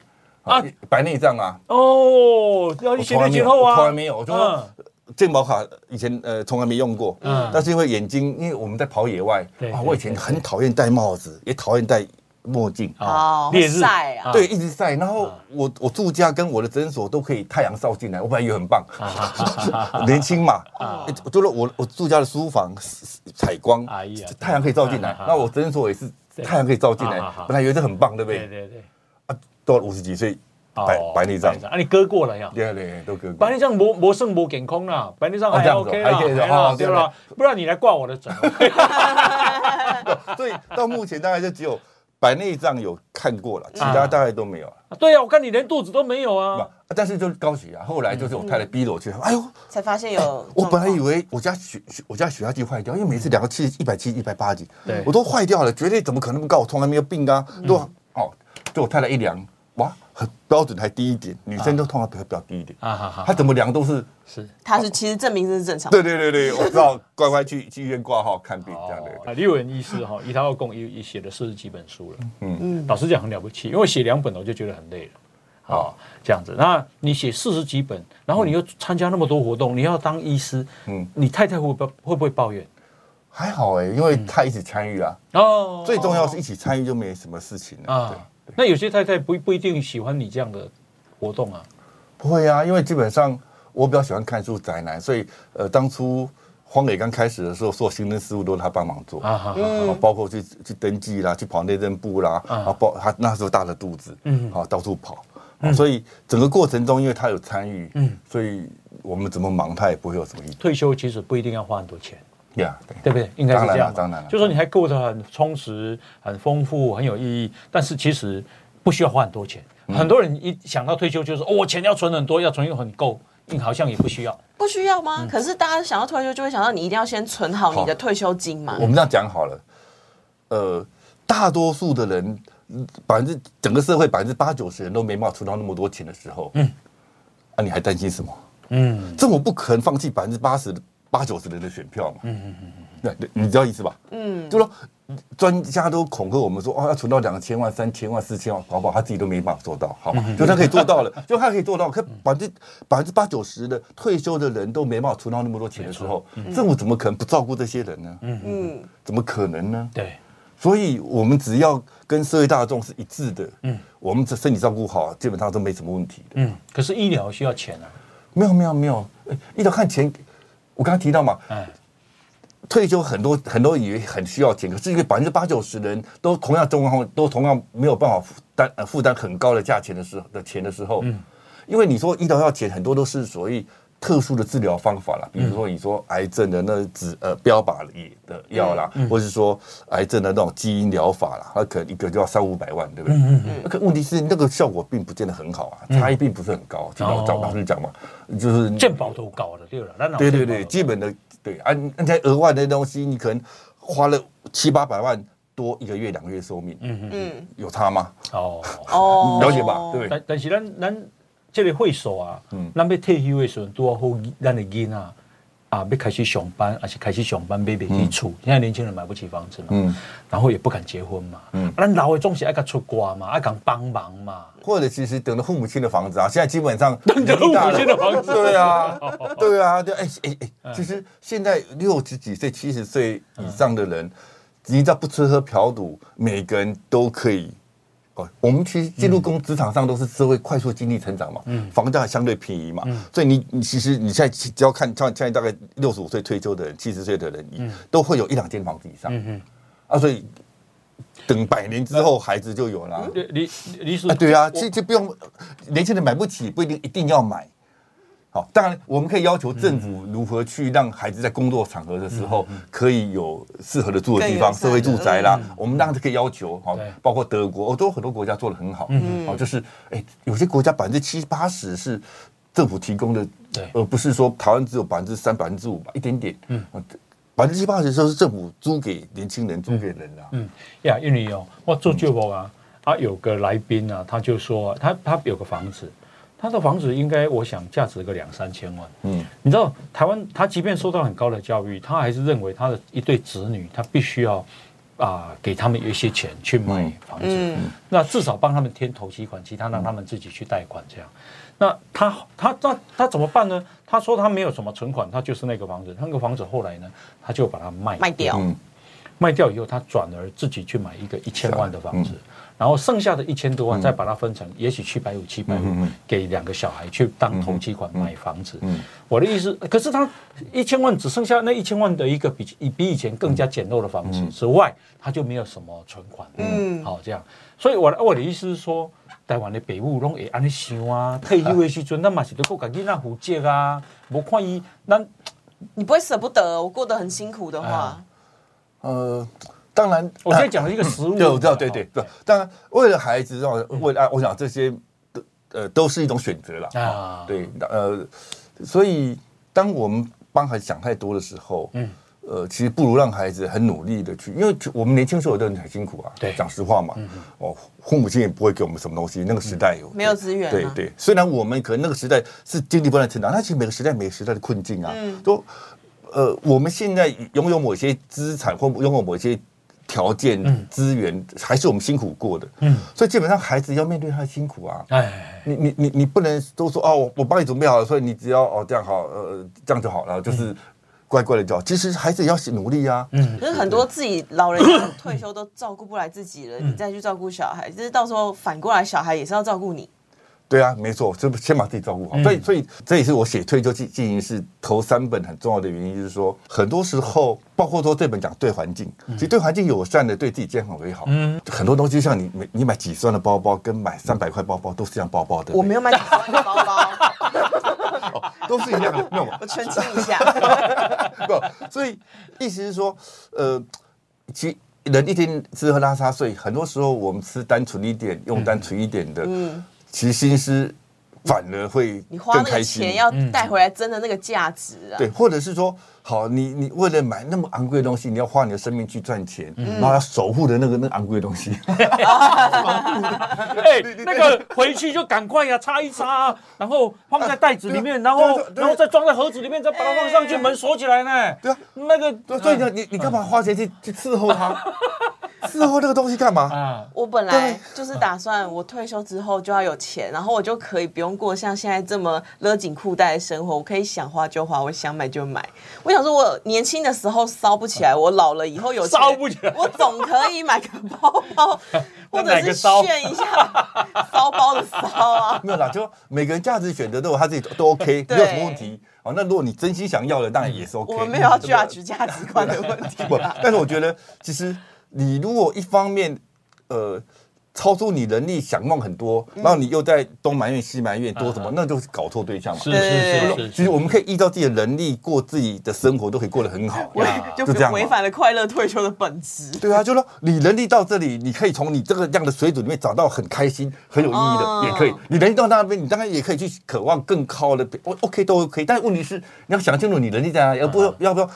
S3: 啊
S2: 啊，
S3: 白内障啊，
S2: 哦，要一
S3: 我
S2: 血
S3: 从来
S2: 液
S3: 没
S2: 结
S3: 有，
S2: 后啊，
S3: 我从来没有，我就说
S2: 嗯
S3: 健保卡以前呃从来没用过，
S2: 嗯
S3: 但是因为眼睛，因为我们在跑野外
S2: 对对
S3: 啊，
S2: 啊
S3: 我以前很讨厌戴帽子，也讨厌戴墨镜，
S1: 哦
S2: 嗯烈日
S1: 晒啊
S3: 对，一直晒。然后我我住家跟我的诊所都可以太阳照进来，我本来以为很棒，
S2: 啊
S3: 年轻嘛，欸就是我我住家的书房是是采光
S2: 哎呀，
S3: 太阳可以照进来
S2: 啊啊啊，
S3: 那我诊所也是太阳可以照进来
S2: 啊啊啊，
S3: 本来以为这很棒，对不
S2: 对
S3: 对？
S2: 对对，
S3: 啊，到五十几岁白白内障，
S2: 啊，你割过了呀？
S3: 对对，都割过
S2: 白。内障没没剩没健康啦，白内障
S3: 哦
S2: 还
S3: 这样子
S2: OK
S3: 还
S2: 啦，
S3: 可以的
S2: 还啦
S3: 哦
S2: 对
S3: 对
S2: 啦，不然你来挂我的 诊，啊
S3: 所以到目前大概就只有白内障有看过了，其
S2: 啊
S3: 他大概都没有了。
S2: 对啊呀，我看你连肚子都没有 啊，
S3: 不但是就是高血压，后来就是我太太逼着我去，哎呦，
S1: 才发现
S2: 呃
S1: 有。
S3: 我本来以为我家血血我家血压计坏掉，因为每次量七一百七、一百八几，
S2: 对嗯
S3: 我都坏掉了，绝对怎么可能不高？我从来没有病啊，都哦，就我太太一量，哇，很标准还低一点，女生都通常比较比较低一点，
S2: 啊哈哈，
S3: 她怎么量都是，
S2: 是
S1: 他是其实证明这是正
S2: 啊
S1: 常。
S3: 对对对对，我知道，乖乖去去医院挂号看病这样的，
S2: 啊，李伟文医师哈，一套二共一也写了四十几本书了。嗯嗯，老实讲很了不起，因为写两本我就觉得很累了。
S3: 哦
S2: 啊，这样子，那你写四十几本，然后你又参加那么多活动，你要当医师，嗯
S3: 嗯，
S2: 你太太会不会不会抱怨？
S3: 还好哎，因为她一起参与啊，
S2: 嗯哦，
S3: 最重要是一起参与就没什么事情了，对
S2: 啊。那有些太太不不一定喜欢你这样的活动啊。
S3: 不会啊，因为基本上我比较喜欢看书宅男，所以呃，当初荒野刚开始的时候，所有行政事务都是他帮忙做
S2: 啊哈
S3: 啊
S2: 哈，
S3: 然后包括去去登记啦，去跑内政部啦，然后包他那时候大着肚子，嗯，好到处跑，哦所以整个过程中，因为他有参与，嗯，所以我们怎么忙，他也不会有什么意
S2: 退休其实不一定要花很多钱，
S3: 见呀。对
S2: 对不对？应该是这样嘛。
S3: 当然了当然了
S2: 就说你还过得很充实、很丰富、很有意义，但是其实不需要花很多钱。
S3: 嗯
S2: 很多人一想到退休就是哦，我钱要存很多，要存又很够，嗯好像也不需要。
S1: 不需要
S3: 嗯
S1: 吗？可是大家想要退休，就会想到你一定要先存好你的退休金嘛。
S3: 我们这样讲好了，呃，大多数的人，嗯百分之整个社会百分之八九十人都没办法存到那么多钱的时候，嗯，啊，你还担心什么？
S2: 嗯，
S3: 政府不可能放弃百分之八十、八九十人的选票嘛。嗯嗯嗯嗯。那你知道意思吧？嗯，就说专家都恐吓我们说，哦，要存到两千万、三千万、四千万，好不好？他自己都没办法做到，好吧？就他可以做到了， 就他可以做到，可百分之百分之八九十的退休的人都没办法存到那么多钱的时候，政府怎么可能不照顾这些人呢？嗯，
S1: 嗯，
S3: 怎么可能呢？
S2: 对，
S3: 所以我们只要跟社会大众是一致的，嗯，我们这身体照顾好，基本上都没什么问题的。
S2: 嗯，可是医疗需要钱啊。
S3: 没有没有没有，呃医疗看钱，我刚刚提到嘛，
S2: 哎，
S3: 退休很多很多以为很需要钱，可是因为百分之八九十人都同样状况，都同样没有办法负担呃负担很高的价钱的时候的钱的时候，
S2: 嗯
S3: 因为你说医疗要钱，很多都是所谓特殊的治疗方法啦，比
S2: 嗯
S3: 如说你说癌症的那止呃标靶的药啦，
S2: 嗯
S3: 或是说癌症的那种基因疗法啦，它可能一个就要三五百万，
S2: 嗯
S3: 对不对？那可问题是那个效果并不见得很好啊，差异并不是很高。听老张
S2: 哦
S3: 老师讲嘛，就是
S2: 健保都高了，对了，那哪有
S3: 对嗯对
S2: 健保
S3: 对，基本的对啊，你那些额外的东西，你可能花了七八百万多一个月、两个月寿命，嗯嗯，有差吗？
S2: 哦。
S1: 哦
S3: 了解吧？ 对不对？嗯
S2: 但但是咱咱这个会所啊，咱要退休的时阵，都要好咱的囡仔啊，要开始上班，而且开始上班买不起厝。现在年轻人买不起房子嘛，
S3: 嗯
S2: 然后也不敢结婚嘛，啊咱老的总是爱甲出国嘛，爱敢帮忙嘛。
S3: 或者其实等着父母亲的房子啊，现在基本上
S2: 等着父母亲的房子嗯
S3: 对啊，对啊，对，哎哎哎，其实现在六十几岁、七十岁以上的人，你只要不吃喝嫖赌，每个人都可以。哦，我们其实进
S2: 嗯
S3: 入工职场上都是社会快速经济成长嘛，房价相对便宜嘛，
S2: 嗯
S3: 所以你你其实你现在只要看，像现在大概六十五岁退休的人、七十岁的人，
S2: 嗯
S3: 你都会有一两间房子以上，啊，所以等百年之后孩子就有了啊。
S2: 李李李叔
S3: 啊，，对啊，这这不用，年轻人买不起，不一定一定要买。好，当然我们可以要求政府如何去让孩子在工作场合的时候可以有适合的住的地方，
S1: 更友善
S3: 社会住宅啦，我们当然可以要求。好
S2: 对，
S3: 包括德国、欧洲很多国家做的很好。好，就是哎，有些国家百分之七八十是政府提供的
S2: 对，
S3: 而不是说台湾只有百分之三、百分之五吧，一点点。嗯，百分之七八十都是政府租给年轻人、租给人啊啦。
S2: 嗯呀，因为哦，我做旧保啊，啊有个来宾啊，他就说他他有个房子，他的房子应该我想价值个两三千万。
S3: 嗯，
S2: 你知道台湾，他即便受到很高的教育，他还是认为他的一对子女，他必须要啊、给他们一些钱去买房子，嗯那至少帮他们添头期款，其他让他们自己去贷款这样。那他他他他怎么办呢？他说他没有什么存款，他就是那个房子，那个房子后来呢，他就把它卖
S1: 卖掉
S3: 嗯
S2: 卖掉以后，他转而自己去买一个一千万的房子，然后剩下的一千多万再把它分成，也许七百五、七百五给两个小孩去当头期款买房子。我的意思，可是他一千万只剩下那一千万的一个比比以前更加简陋的房子之外，他就没有什么存款。嗯，好，这样，所以我的我的意思是说，台湾的北母拢会安尼想啊，退休的时阵，咱嘛是得顾家囡仔负责啊，无看伊咱
S1: 你不会舍不得，我过得很辛苦的话，
S3: 呃，当然，
S2: 我现在讲的是一个实物，
S3: 对，我知道，对对对。当然，为了孩子，让为了爱，我想这些都呃都是一种选择啦。
S2: 啊，
S3: 对，呃，所以当我们帮孩子想太多的时候，嗯，呃，其实不如让孩子很努力的去，因为我们年轻时候都很辛苦啊。
S2: 对
S3: 讲实话嘛，哦，父母亲也不会给我们什么东西，那个时代有
S1: 没有资源啊
S3: 对对，虽然我们可能那个时代是经历不断成长，但其实每个时代每个时代的困境啊，都呃，我们现在拥有某些资产或拥有某些条件资源，还是我们辛苦过的。嗯，所以基本上孩子要面对他的辛苦啊。
S2: 哎，
S3: 你你你你不能都说哦，我我帮你准备好了，所以你只要哦这样好，呃这样就好了，就是乖乖的就好。其实孩子也要努力啊，嗯，
S1: 可是很多自己老人家退休都照顾不来自己了，你再去照顾小孩，就是到时候反过来小孩也是要照顾你。
S3: 对啊，没错，就先把自己照顾好。
S1: 嗯
S3: 所以所以这也是我写退休进进行式头三本很重要的原因，就是说很多时候，包括说这本讲对环境，
S1: 嗯
S3: 其实对环境友善的，对自己健康为好。嗯，很多东西像你买你买几十万的包包，跟买三百块包包都是一样包包的，哦
S1: 我没有买几万的包包，
S3: 都是一样的，没有吗？
S1: 我澄清一下，
S3: 不，所以意思是说，呃，其实人一天吃喝拉撒睡，很多时候我们吃单纯一点，用
S1: 嗯
S3: 单纯一点的，其实心思反而会
S1: 你花
S3: 更
S1: 那个
S3: 开心
S1: 钱。要带回来真的那个价值啊。
S3: 对，或者是说，好，你你为了买那么昂贵的东西，你要花你的生命去赚钱，
S1: 嗯
S3: 然后要守护的那个那个昂贵的东西，
S2: 哎，那个回去就赶快呀，擦一擦啊，然后放在袋子里面，然后
S3: 对啊对啊
S2: 然后再装在盒子里面，再把它放上去，门锁起来呢。
S3: 对啊
S2: 那个
S3: 对所以
S1: 嗯
S3: 你你你干嘛花钱去去伺候它，伺候那个东西干嘛？
S2: 啊，
S1: 我本来就是打算，我退休之后就要有钱，然后我就可以不用过像现在这么勒紧裤带的生活，我可以想花就花，我想买就买。我想说，我年轻的时候烧不起来，我老了以后有钱
S2: 烧不起来
S1: 我总可以买个包 包，或者
S2: 哪
S1: 是
S2: 个烧
S1: 炫 一下骚包的骚啊。
S3: 没有啦，就每个人价值选择都有他自己都 OK，没
S1: 对
S3: 有什么问题。哦，那如果你真心想要的，当然也是 OK。
S1: 我们没有要
S3: 对不
S1: judge 价值观的问题
S3: 对不，
S1: 啦。
S3: 但是我觉得其实你如果一方面呃超出你能力想弄很多，
S1: 嗯
S3: 然后你又在东埋怨西埋怨多什么，那就是搞错对象嘛。
S2: 是
S1: 对
S2: 是
S1: 对
S2: 是是，
S3: 其实我们可以依照自己的能力过自己的生活，都可以过得很好。
S1: 违
S2: 啊
S1: 就
S3: 啊就这样嘛
S1: 违反了快乐退休的本质。
S3: 对啊，就说你能力到这里，你可以从你这个这样的水准里面找到很开心、很有意义
S1: 哦
S3: 的，也可以。你能力到那边，你当然也可以去渴望更高
S1: 嗯
S3: 的。我 OK 都 OK，但问题是你要想清楚你能力在哪里，而
S1: 嗯
S3: 不要要不要。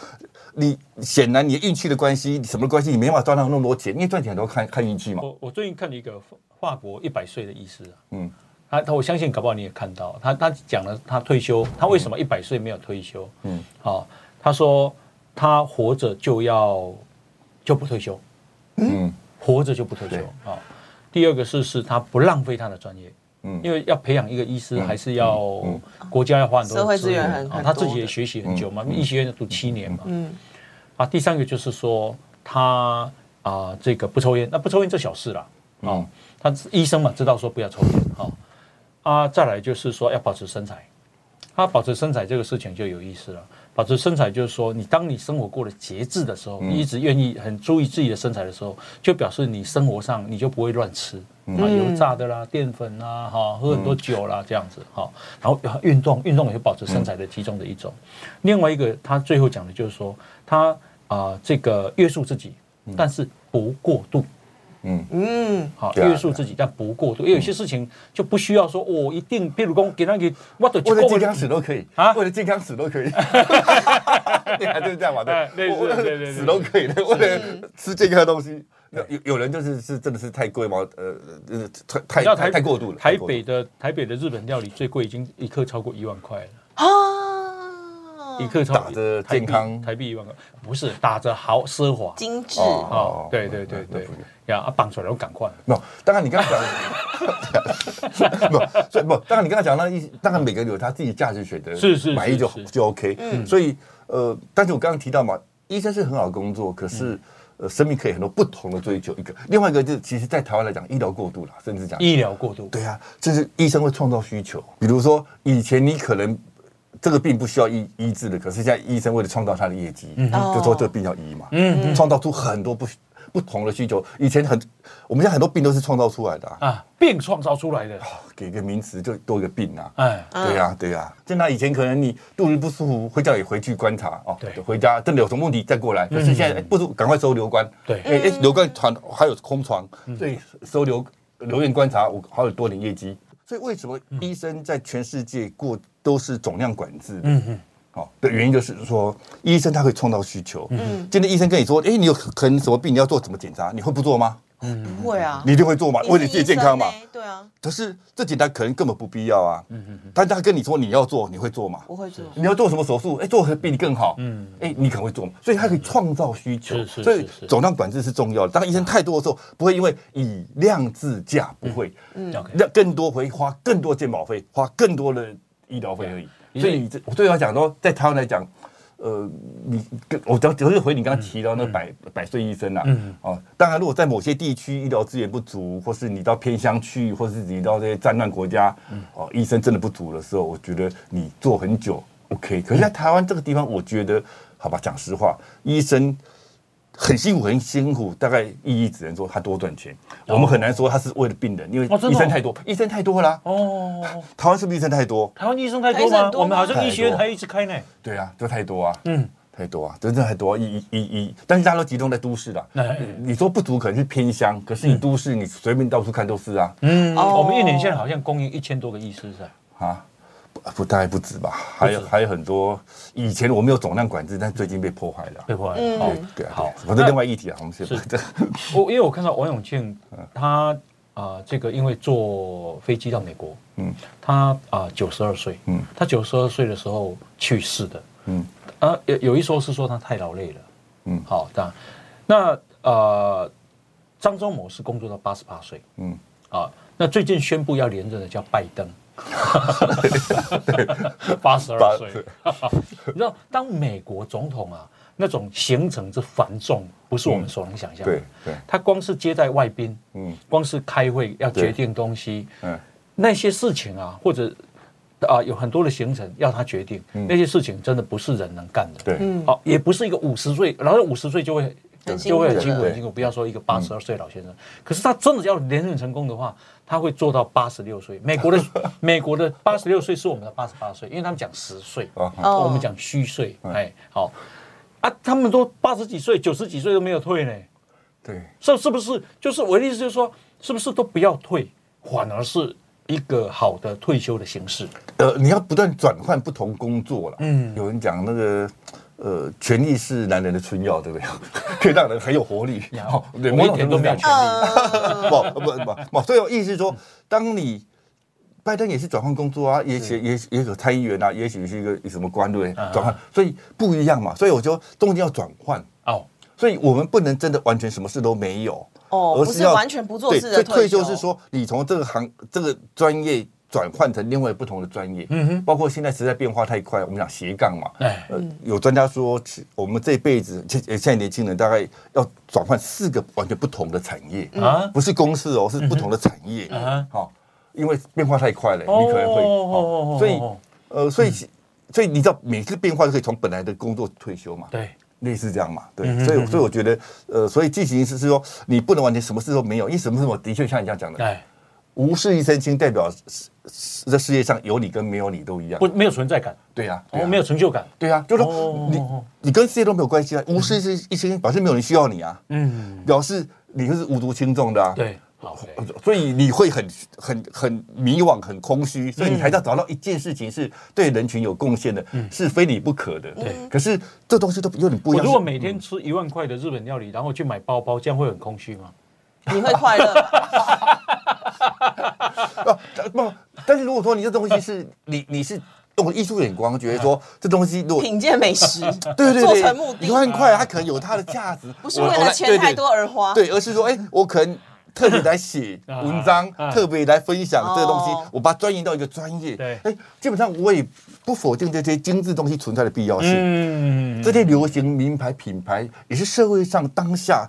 S3: 你显然你的运气的关系，什么关系，你没办法赚到那么多钱，因为赚钱都看看运气嘛。
S2: 我我最近看了一个法法国一百岁的医师啊，
S3: 嗯
S2: 嗯，他他我相信搞不好你也看到，他他讲了他退休，他为什么一百岁没有退休？
S3: 嗯
S2: 嗯，好、他说他活着就要就不退休，
S3: 嗯
S2: 活着就不退休
S3: 对
S2: 啊、第二个是是他不浪费他的专业，
S3: 嗯
S2: 因为要培养一个医师，还是要、
S3: 嗯
S2: 国家要花很多的
S1: 社会资源很
S2: 啊
S1: 很
S2: 他
S1: 多
S2: 自己也
S1: 的
S2: 学习很久嘛，
S3: 嗯
S2: 医学院读七年嘛，
S1: 嗯，
S2: 啊，第三个就是说他啊、这个不抽烟，那不抽烟这小事啦，哦，他医生嘛知道说不要抽烟，哦，啊，再来就是说要保持身材，他、保持身材这个事情就有意思了。保持身材就是说，你当你生活过得节制的时候，
S3: 嗯
S2: 你一直愿意很注意自己的身材的时候，就表示你生活上你就不会乱吃。
S3: 嗯
S2: 啊，油炸的啦，淀粉啦，哈，喝很多酒啦，这样子哈，然后啊运动，运动也是保持身材的其中的一种。
S3: 嗯
S2: 另外一个，他最后讲的就是说，他啊、这个约束自己，
S3: 嗯
S2: 但是不过度。
S1: 嗯，
S2: 好，
S3: 对啊嗯
S2: 约束自己，但不过度。因为有些事情就不需要说，我一定，譬如讲，给那个我的
S3: 为了健康死都可以
S2: 啊
S3: 为了健康死都可以。 对啊，就是这样嘛，
S2: 哎
S3: 对，
S2: 对
S3: 我为了
S2: 对对对对
S3: 死都可以的，为了吃健康的东西。那有有人就是是真的是太贵吗？呃，呃太太太太过度了。
S2: 台
S3: 太过度
S2: 北的台北的日本料理最贵，已经一克超过一万块了。
S1: 啊，
S2: 一克超
S3: 打着
S2: 台币
S3: 健康
S2: 台币一万块，不是打着豪奢华
S1: 精致。
S3: 哦
S2: 哦，对对对
S3: 那那
S2: 对
S3: 不一样，
S2: 呀，啊绑出来我赶快，
S3: 没有，当然你刚才 讲的，不，所以不，当然你刚才讲那一，当然每个人有他自己价值选择，
S2: 是是
S3: 满意就是
S2: 是
S3: 就 OK。所以呃，但是我刚刚提到嘛，医生是很好的工作，可
S2: 嗯
S3: 是。呃，生命可以很多不同的追求，一个，另外一个就是，其实，在台湾来讲，医疗过度啦，甚至讲
S2: 医疗过度，
S3: 对啊，就是医生会创造需求。比如说，以前你可能这个病不需要医医治的，可是现在医生为了创造他的业绩，就说这个病要医嘛，嗯，创造出很多不不同的需求。以前很，我们现在很多病都是创造出来的、啊，
S2: 啊，病创造出来的，
S3: 给一个名词就多一个病啊。
S2: 哎，
S3: 对呀、对呀、就那以前可能你肚子不舒服，会叫你回去观察哦，
S2: 对
S3: 回家真的有什么问题再过来。可是现在、哎不舒服，赶快收留观，
S2: 对
S3: 哎、哎留观床还有空床，所以收留留院观察，我还有多点业绩。所以为什么医生在全世界过都是总量管制的？嗯嗯。好的原因就是说，医生他会创造需求。嗯，今天医生跟你说，哎、你有可能什么病，你要做什么检查，你会不做吗？
S1: 不会啊，
S3: 你一定会做嘛，
S1: 你是
S3: 为你自己健康嘛
S1: 医。生呢对啊，
S3: 可是这检查可能根本不必要啊。嗯嗯嗯。但他跟你说你要做，你会做吗？
S1: 我会做。
S3: 你要做什么手术？哎，做得比你更好。嗯，哎，你可能会做，所以它可以创造需求。
S2: 是是
S3: 所以
S2: 是是
S3: 总量管制是重要的。当医生太多的时候，不会因为以量制价，不会，
S2: 嗯 OK
S3: 让更多会花更多健保费，花更多的医疗费而已。
S2: 对
S3: 所以你这我对我来讲说，在台湾来讲。呃，你跟我只要只是回你刚刚提到那百、
S2: 嗯
S3: 百岁医生啦、啊，哦，当然如果在某些地区医疗资源不足，或是你到偏乡去，或是你到这些战乱国家，
S2: 嗯
S3: 哦，医生真的不足的时候，我觉得你做很久 OK。可是，在台湾这个地方，我觉得，好吧，讲实话，医生很辛苦，很辛苦，大概意义只能说他多赚钱，我们很难说他是为了病人，因为
S2: 哦真的哦
S3: 医生太多，医生太多啦、
S2: 哦，
S3: 台湾是不是医生太多？
S2: 台湾医生太多吗？我们好像医学
S3: 太
S2: 院
S3: 多
S2: 还一直开呢。
S3: 对啊，就太多啊，
S2: 嗯，
S3: 太多啊，真的太多、啊，一一一一，但是大家都集中在都市啦。
S2: 哎
S3: 你说不足可能是偏乡，可是你都市，你随便到处看都是啊，
S2: 嗯，
S1: 哦
S2: 我们一年现在好像供应一千多个医师是吧？
S3: 啊，不不大概不止吧，还有还有很多，以前我们有总量管制，但最近被破坏了啊。
S2: 被破坏了。
S1: 嗯
S2: 哦
S3: 对啊，
S2: 好
S3: 我这另外一题啊，我们先
S2: 是
S3: 这
S2: 我因为我看到王永庆他啊、呃这个因为坐飞机到美国，
S3: 嗯
S2: 嗯，他啊九十二岁，
S3: 嗯
S2: 嗯，他九十二岁的时候去世的，
S3: 嗯
S2: 啊有有一说是说他太劳累了，
S3: 嗯
S2: 嗯，好，当然，那呃张忠谋是工作到八十八岁
S3: 嗯，
S2: 啊，那最近宣布要连任的叫拜 登。八十二岁，你知道，当美国总统啊，那种行程之繁重，不是我们所能想象的。
S3: 对对，
S2: 他光是接待外宾，
S3: 嗯
S2: 光是开会要
S3: 对
S2: 决定东西，
S3: 嗯
S2: 那些事情啊，或者啊、有很多的行程要他决定，那些事情真的不是人能干的。
S3: 嗯对，
S1: 嗯
S2: 好、也不是一个五十岁，然后五十岁就会
S1: 很辛
S2: 就
S1: 苦
S2: 会很
S1: 了
S2: 辛苦
S3: 对嗯
S2: 很辛苦，不要说一个八十二岁老先生，可是他真的要连任成功的话，他会做到八十六岁。美国 的美国的八十六岁是我们的八十八岁，因为他们讲十岁，
S3: 啊哈
S1: 哦
S2: 我们讲虚岁，
S3: 嗯
S2: 哎，好啊，他们都八十几岁、九十几岁都没有退呢，
S3: 对，
S2: 是是不是？就是我的意思就是说，是不是都不要退，反而是一个好的退休的形式？
S3: 呃，你要不断转换不同工作了。嗯
S2: 嗯，
S3: 有人讲那个。呃，权力是男人的春药，对不对？ 可以让人很有活力。哦对
S2: 我
S3: 某
S2: 一
S3: 种
S2: 点
S3: 程度
S2: 都没有
S3: 上
S2: 权利。
S1: 呃
S3: 不不不不，所以我意思是说，当你拜登也是转换工作啊，也许也许也有参议员啊，也许是一个什么官对
S1: 啊
S3: 不对转换，所以不一样嘛。所以我就中间要转换，
S2: 哦，
S3: 所以我们不能真的完全什么事都没有
S1: 哦
S3: 而
S1: 不是
S3: 要
S1: 完全不做
S3: 对
S1: 事
S3: 所以
S1: 的
S3: 退
S1: 退休
S3: 休是说你从这个行这个专业转换成另外不同的专业，嗯哼，包括现在时代变化太快，我们讲斜杠嘛，
S2: 哎，
S1: 嗯
S3: 呃，有专家说，其我们这辈子现现在年轻人大概要转换四个完全不同的产业啊
S2: 啊，
S3: 不是公司哦，是不同的产业
S2: 啊
S3: 好、因为变化太快了，你可能会，
S2: 哦哦
S3: 哦所以
S2: 哦
S3: 呃，所以所以你知道每次变化都可以从本来的工作退休嘛，
S2: 对，嗯
S3: 类似这样嘛，对，所以所以我觉得，呃，所以进行是说你不能完全什么事都没有，因为什么什么的确像你这样讲的，
S2: 哎，
S3: 无事一身轻，代表是是这世界上有你跟没有你都一样
S2: 不，没有存在感，
S3: 对呀、对
S2: 哦，
S3: 呀
S2: 没有成就感，
S3: 对啊，就是说
S2: 哦
S3: 你、你跟世界都没有关系啊，无事一一身，表示没有人需要你啊，
S2: 嗯，
S3: 表示你就是无足轻重的啊。，
S2: 对，好，对
S3: 所以你会很很很迷惘、很空
S2: 嗯
S3: 虚，所以你还是要找到一件事情是对人群有贡献的，是非你不可的。
S2: 嗯对
S3: 可是这东西都有点不一
S2: 我
S3: 样。嗯
S2: 如果每天吃一万块的日本料理，然后去买包包，这样会很空虚吗？
S1: 你会快乐 吧，
S3: 啊，不，但是如果说你这东西是你你是用艺术眼光，觉得说
S2: 嗯
S3: 这东西如果
S1: 品鉴 美食，
S3: 对对对，
S1: 做成目
S3: 一万
S1: 的，
S3: 块它可能有它的价值，
S1: 不是
S3: 我
S1: 为
S3: 我
S1: 了
S3: 来
S1: 钱
S3: 对
S1: 太
S3: 对
S1: 多而花。
S3: 对，而是说，哎、我可能特别来写
S2: 啊
S3: 文章，
S2: 啊
S3: 特别来分享这个东西，
S1: 哦
S3: 我把它钻研到一个专业。
S2: 对
S3: 哎、基本上我也不否定这些精致东西存在的必要性。
S2: 嗯，
S3: 这些流行名牌品牌也是社会上当下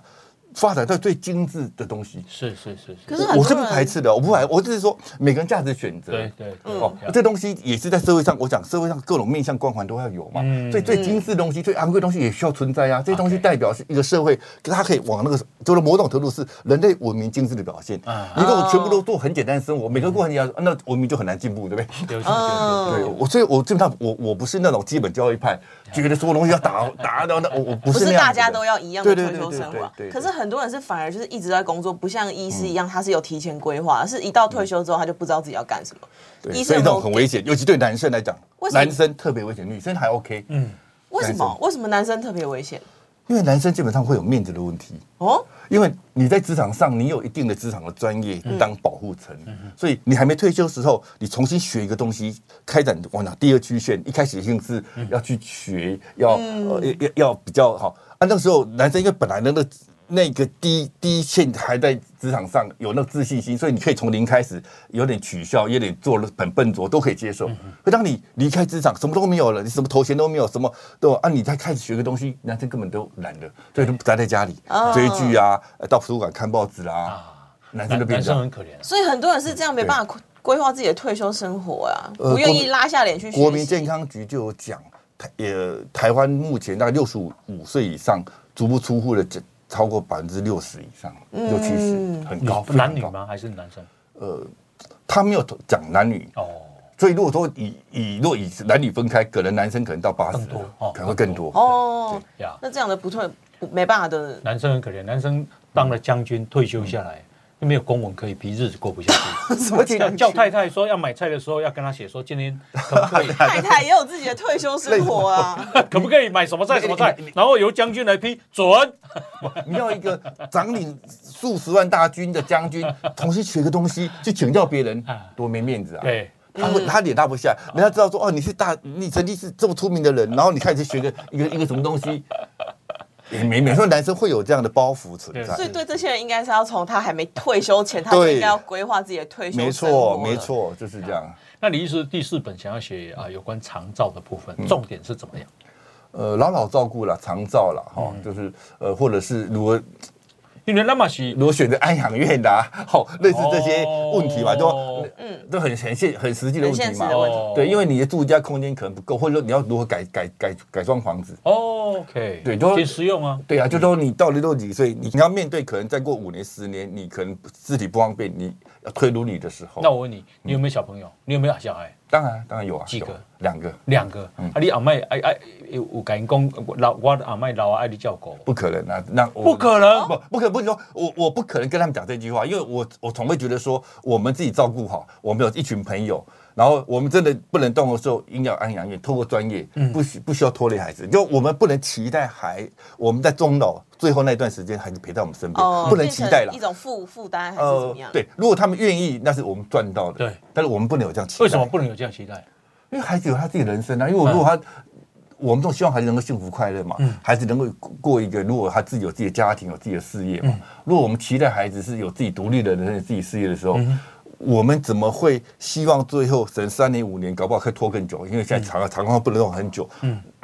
S3: 发展到最精致的东西。
S2: 是是是
S1: 可
S2: 是，
S1: 是很
S3: 我
S1: 多
S3: 是不排
S1: 人
S3: 斥的，我不排，我只是说每个人价值选择。
S2: 对对对，
S3: 哦，
S2: 嗯
S3: 这东西也是在社会上，我讲社会上各种面向光环都要有嘛，
S2: 嗯
S3: 所以最精致的东西、最昂贵的东西也需要存在啊。这些东西代表是一个社会，它可以往那个，就是某种程度是人类文明精致的表现。
S2: 啊
S3: 你如果全部都做很简单的生活，每个过很简单，那文明就很难进步，对不对？
S2: 有
S1: 嗯
S3: 对，我所以，我基本上我我不是那种基本教育派，觉得所有东西要打 打到那，我我不
S1: 不
S3: 是
S1: 是
S3: 那样子的
S1: 大家都要一样的
S3: 对对
S1: 退休
S3: 对对
S1: 生活
S3: 对对对，嗯
S1: 可是很多人是反而就是一直在工作，不像医师一样，他是有提前规划，是一到退休之后他就不知道自己要干什么。
S3: 对，
S1: 医
S3: 所以
S1: 生
S3: 那
S1: 有
S3: 种
S1: 没
S3: 很
S1: 有
S3: 危险，尤其对男生来讲
S1: 为，什么
S3: 男生特别危险，女生还 OK，嗯，
S1: 为什
S3: 男
S1: 么
S3: 生
S1: 为什么男生特别危险？
S3: 因为男生基本上会有面子的问题。
S1: 哦，
S3: 因为你在职场上，你有一定的职场的专业
S1: 嗯
S3: 当保护层，所以你还没退休时候，你重新学一个东西，开展往哪第二曲线，一开始一定是
S1: 嗯
S3: 要去学，要呃要要要比较好。啊，那个时候男生因为本来的那个那个低低线还在职场上有那个自信心，所以你可以从零开始，有点取笑，有点做了很笨拙，都可以接受。
S2: 嗯
S3: 可当你离开职场，什么都没有了，你什么头衔都没有，什么都啊，你再开始学个东西，男生根本都懒了，所以都宅在家里
S1: 哦
S3: 追剧啊，呃到图书馆看报纸啦，
S2: 啊，
S3: 男生
S2: 男
S3: 就变
S2: 男
S3: 这
S2: 生
S3: 样。
S2: 很可怜啊，
S1: 所以很多人是这样没办法规规划自己的退休生活啊，
S3: 呃
S1: 不愿意拉下脸去学习。
S3: 国民健康局就有讲，台呃台湾目前大概六十五岁以上，足不出户的这超过百分之六十以上，六七
S2: 嗯
S3: 十，很高，非常
S2: 男女
S3: 高？
S2: 吗？还是男生？
S3: 他没有讲男女，
S2: 哦，
S3: 所以如果说以以若以男女分开，可能男生可能到八十
S2: 更多哦，
S3: 可能会更多。
S1: 哦，
S2: 呀，
S1: 那这样的不退不没办法 的，
S2: 男生很可怜，男生当了将军退休下来。就没有公文可以批，日子过不下去。
S1: 而且
S2: 叫叫太太说要买菜的时候，要跟他写说今天可不可以
S1: 太太也有自己的退休生活啊。
S2: 可不可以买什么菜什么菜，然后由将军来批准。
S3: 你要一个长领数十万大军的 将军，重新学个东西去请教别人
S2: 啊，
S3: 多没面子啊！
S2: 对，
S3: 他
S1: 嗯
S3: 会他脸拉不下，人家知道说哦，你是大，你曾经是这么出名的人，然后你开始学个 一个一个什么东西，也没免说男生会有这样的包袱存
S2: 对
S1: 所以
S3: 在。
S1: 对这些人应该是要从他还没退休前，他就
S3: 对
S1: 应该要规划自己的退休
S3: 没
S1: 生活
S3: 错，
S1: 了
S3: 没。错，就是这样。
S2: 那李医师第四本想要写啊有关长照的部分，重点是怎么样？
S3: 呃，老老照顾了，长照了哈，
S2: 嗯
S3: 就是呃，或者是如果
S2: 因为那么是
S3: 如果选择安养院的、啊， 好、类似这些问题嘛，
S2: 哦
S3: 都嗯，都很很现很实际的问
S1: 很
S3: 题
S1: 现
S3: 嘛
S1: 实。的问题
S3: 对，因为你的住家空间可能不够，或者说你要如何改改改改装房子。
S2: 哦 OK，
S3: 对都
S2: 挺实用啊。
S3: 对啊，就说你到了六十几岁，你你要面对可能再过五年、十年，你可能肢体不方便，你要推轮椅的时候。
S2: 那我问你，你有没有小朋友？你有没有小孩？
S3: 当然当然有啊，
S2: 几个
S3: 有两个
S2: 两个。啊，你阿麦哎哎有有感讲老我阿麦老啊爱你照顾，
S3: 不可能啊，那我
S2: 不可能。
S1: 哦
S3: 不不可不能说，我我不可能跟他们讲这句话，因为我我总会觉得说，我们自己照顾好，我们有一群朋友，然后我们真的不能动的时候，应该有安养院，透过专业，
S1: 嗯
S3: 不需不需要拖累孩子，就我们不能期待孩我们在终老最后那段时间，孩子陪在我们身边，
S1: 哦，
S3: 不能期待
S1: 变
S3: 了
S1: 成一。种负负担还是怎么样？，
S3: 对，如果他们愿意，那是我们赚到的。
S2: 对，
S3: 但是我们不能有这样期待。
S2: 为什么？不能有这样期待？
S3: 因为孩子有他自己的人生啊。因为我如果他，我们都希望孩子能够幸福快乐嘛，孩子能够过过一个，如果他自己有自己的家庭、有自己的事业嘛，如果我们期待孩子是有自己独立的人生、有自己事业的时候。我们怎么会希望最后省三年五年，搞不好可以拖更久？因为现在长长况不能用很久，